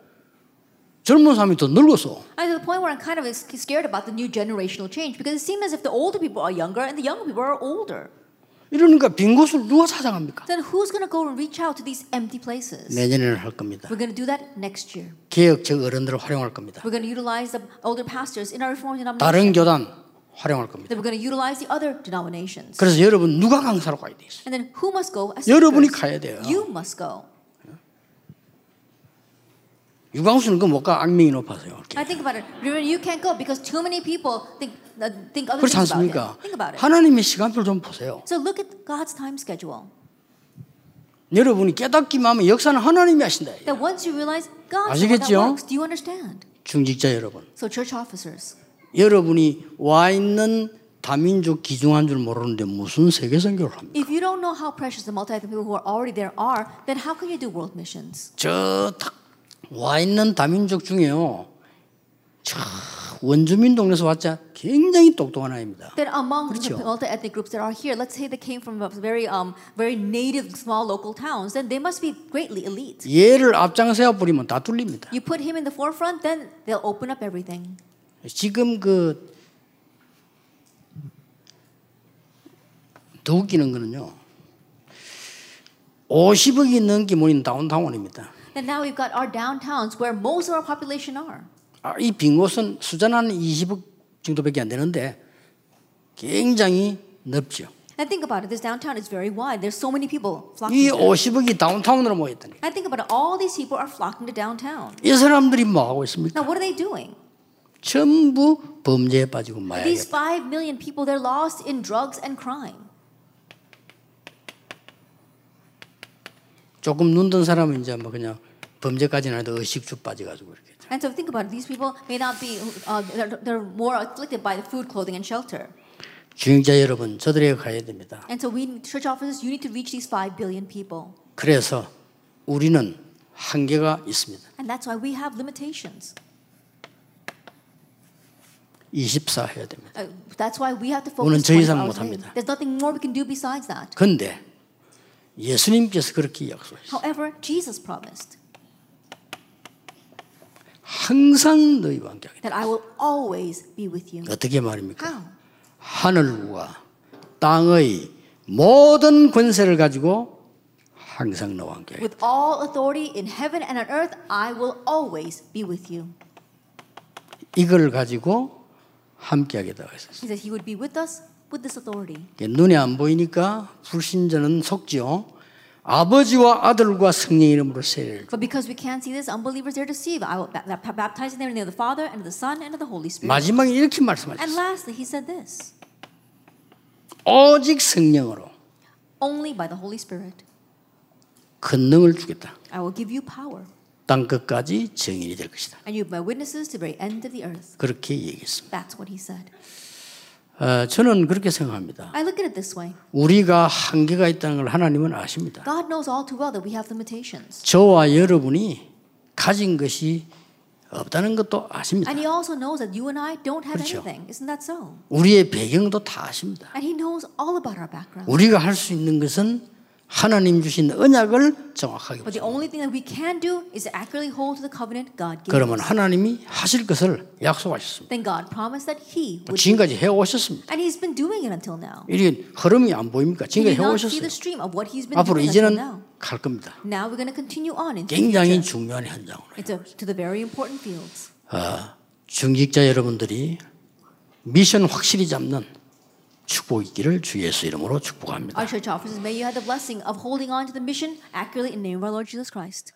Speaker 1: 젊은 사람이 더 늙었어.
Speaker 2: And to the point where I'm kind of scared about the new generational change because it seems as if the older people are younger and the younger people are older.
Speaker 1: 이러니까 빈 곳을 누가 사장합니까?
Speaker 2: Then who's going to go and reach out to these empty places?
Speaker 1: 내년에는 할 겁니다.
Speaker 2: We're going to do that next year.
Speaker 1: 개혁적 어른들을 활용할 겁니다.
Speaker 2: We're going to utilize the older pastors in our reform denomination.
Speaker 1: 다른 교단 활용할 겁니다.
Speaker 2: Then we're going to utilize the other denominations.
Speaker 1: 그래서 여러분 누가 강사로 가야 돼 있어.
Speaker 2: And then who must go? As
Speaker 1: 여러분이
Speaker 2: speakers?
Speaker 1: 가야 돼요.
Speaker 2: You must go.
Speaker 1: 유광수는 그못 가. 악명이 높아서요. 네, 이렇게.
Speaker 2: I think about it. Remember, You can't go because too many people think uh, think other
Speaker 1: 그렇지
Speaker 2: things about
Speaker 1: 않습니까?
Speaker 2: it. Think about it.
Speaker 1: 하나님의 시간표를 좀 보세요.
Speaker 2: So look at God's time schedule.
Speaker 1: 여러분이 깨닫기만 하면 역사는 하나님이 하신다.
Speaker 2: That once you realize God's the one that
Speaker 1: 아시겠죠?
Speaker 2: works, do you understand?
Speaker 1: 중직자 여러분.
Speaker 2: So church officers,
Speaker 1: 여러분이 와 있는 다민족 기중한 줄 모르는데 무슨 세계 선교를 합니까?
Speaker 2: if you don't know how precious the multi people who are already there are, then how can you do world missions?
Speaker 1: 저와 있는 다민족 중에요. 저 원주민 동네에서 왔자 굉장히 똑똑한 아입니다.
Speaker 2: That among
Speaker 1: 그렇죠.
Speaker 2: the multi-ethnic groups that are here, let's say they came from a very, um, very native small local towns, then they must be greatly elite.
Speaker 1: 얘를 앞장세워 버리면 다 뚫립니다.
Speaker 2: You put him in the forefront, then they'll open up everything.
Speaker 1: 지금 그 더 웃기는 거는요. 50억이 넘게 모인 다운타운입니다.
Speaker 2: And now we've got our downtowns where most of our population are.
Speaker 1: 아, 이 빈 곳은 수잔한 20억 정도밖에 안 되는데 굉장히 넓죠.
Speaker 2: And think about it. This downtown is very wide. There's so many people flocking.
Speaker 1: 이
Speaker 2: there.
Speaker 1: 50억이 다운타운으로 모였다니.
Speaker 2: And think about it. All these people are flocking to downtown.
Speaker 1: 이 사람들이 뭐 하고 있습니까?
Speaker 2: Now, what are they doing?
Speaker 1: 전부 범죄에 빠지고 마약에
Speaker 2: These five million people, they're lost in drugs and crime.
Speaker 1: 조금 눈뜬 사람은 이제 뭐 그냥 범죄까지는 아니도 의식주 빠져가지고 이렇게.
Speaker 2: And so think about it. These people may not be. Uh, they're, they're more afflicted by the food, clothing, and shelter.
Speaker 1: 주행자 여러분, 저들에게 가야 됩니다.
Speaker 2: And so we, church officers, you need to reach these five billion people.
Speaker 1: 그래서 우리는 한계가 있습니다.
Speaker 2: And that's why we have limitations.
Speaker 1: 24 해야 됩니다.
Speaker 2: Uh, that's why we have to
Speaker 1: 오늘
Speaker 2: focus.
Speaker 1: 저
Speaker 2: 20
Speaker 1: 이상
Speaker 2: hours a day.
Speaker 1: 못합니다.
Speaker 2: There's nothing more we can do besides that.
Speaker 1: 근데 예수님께서 그렇게 약속하셨어요.
Speaker 2: However, Jesus promised
Speaker 1: 항상 너희와 함께 하겠다.
Speaker 2: that I will always be with you.
Speaker 1: 어떻게 말입니까?
Speaker 2: How?
Speaker 1: 하늘과 땅의 모든 권세를 가지고 항상 너와 함께. 하겠다.
Speaker 2: With all authority in heaven and on earth, I will always be with you.
Speaker 1: 이걸 가지고 함께 하겠다고 했어요.
Speaker 2: He said he would be with us with this authority.
Speaker 1: 이게 눈에 안 보이니까 불신자는 속지요. 아버지와 아들과 성령의 이름으로 세례를.
Speaker 2: But because we can't see this, unbelievers are deceived. I will ba- ba- baptize in the name of the Father and of the Son and of the Holy Spirit.
Speaker 1: 마지막에 이렇게
Speaker 2: And
Speaker 1: 말씀하셨어요.
Speaker 2: lastly, he said this
Speaker 1: 오직 성령으로
Speaker 2: only by the Holy Spirit
Speaker 1: 권능을 주겠다.
Speaker 2: I will give you power,
Speaker 1: 땅 끝까지 증인이 될 것이다.
Speaker 2: and you have my witnesses to the very end of the earth.
Speaker 1: 그렇게 얘기했습니다.
Speaker 2: That's what he said.
Speaker 1: 어, 저는 그렇게 생각합니다.
Speaker 2: I look at it this way
Speaker 1: 우리가 한계가 있다는 걸 하나님은 아십니다.
Speaker 2: God knows all too well that we have limitations.
Speaker 1: 저와 여러분이 가진 것이 없다는 것도 아십니다.
Speaker 2: And he also knows that you and I don't have
Speaker 1: 그렇죠.
Speaker 2: anything. Isn't that so?
Speaker 1: 우리의 배경도 다 아십니다.
Speaker 2: And he knows all about our background.
Speaker 1: 우리가 할 수 있는 것은 하나님 주신 언약을 정확하게
Speaker 2: But
Speaker 1: 보죠.
Speaker 2: the only thing that we can do is to accurately hold to the covenant God gave.
Speaker 1: 그러면 하나님이 하실 것을 약속하셨습니다.
Speaker 2: Then God promised that he would.
Speaker 1: 지금까지 해오셨습니다.
Speaker 2: And he's been doing it until now.
Speaker 1: 이게 흐름이 안 보입니까?
Speaker 2: Can you
Speaker 1: 지금까지
Speaker 2: not see
Speaker 1: 해오셨어요.
Speaker 2: the stream of what he's been
Speaker 1: 앞으로
Speaker 2: doing until now?
Speaker 1: 이제는 갈 겁니다.
Speaker 2: Now we're going to continue on into the
Speaker 1: 굉장히
Speaker 2: future.
Speaker 1: 중요한 현장으로.
Speaker 2: It's a, to the very important fields.
Speaker 1: 어, 중직자 여러분들이 미션 확실히 잡는 축복 있기를 주 예수 이름으로 축복합니다.
Speaker 2: Our church officers, may you have the blessing of holding on to the mission accurately in the name of our Lord Jesus Christ.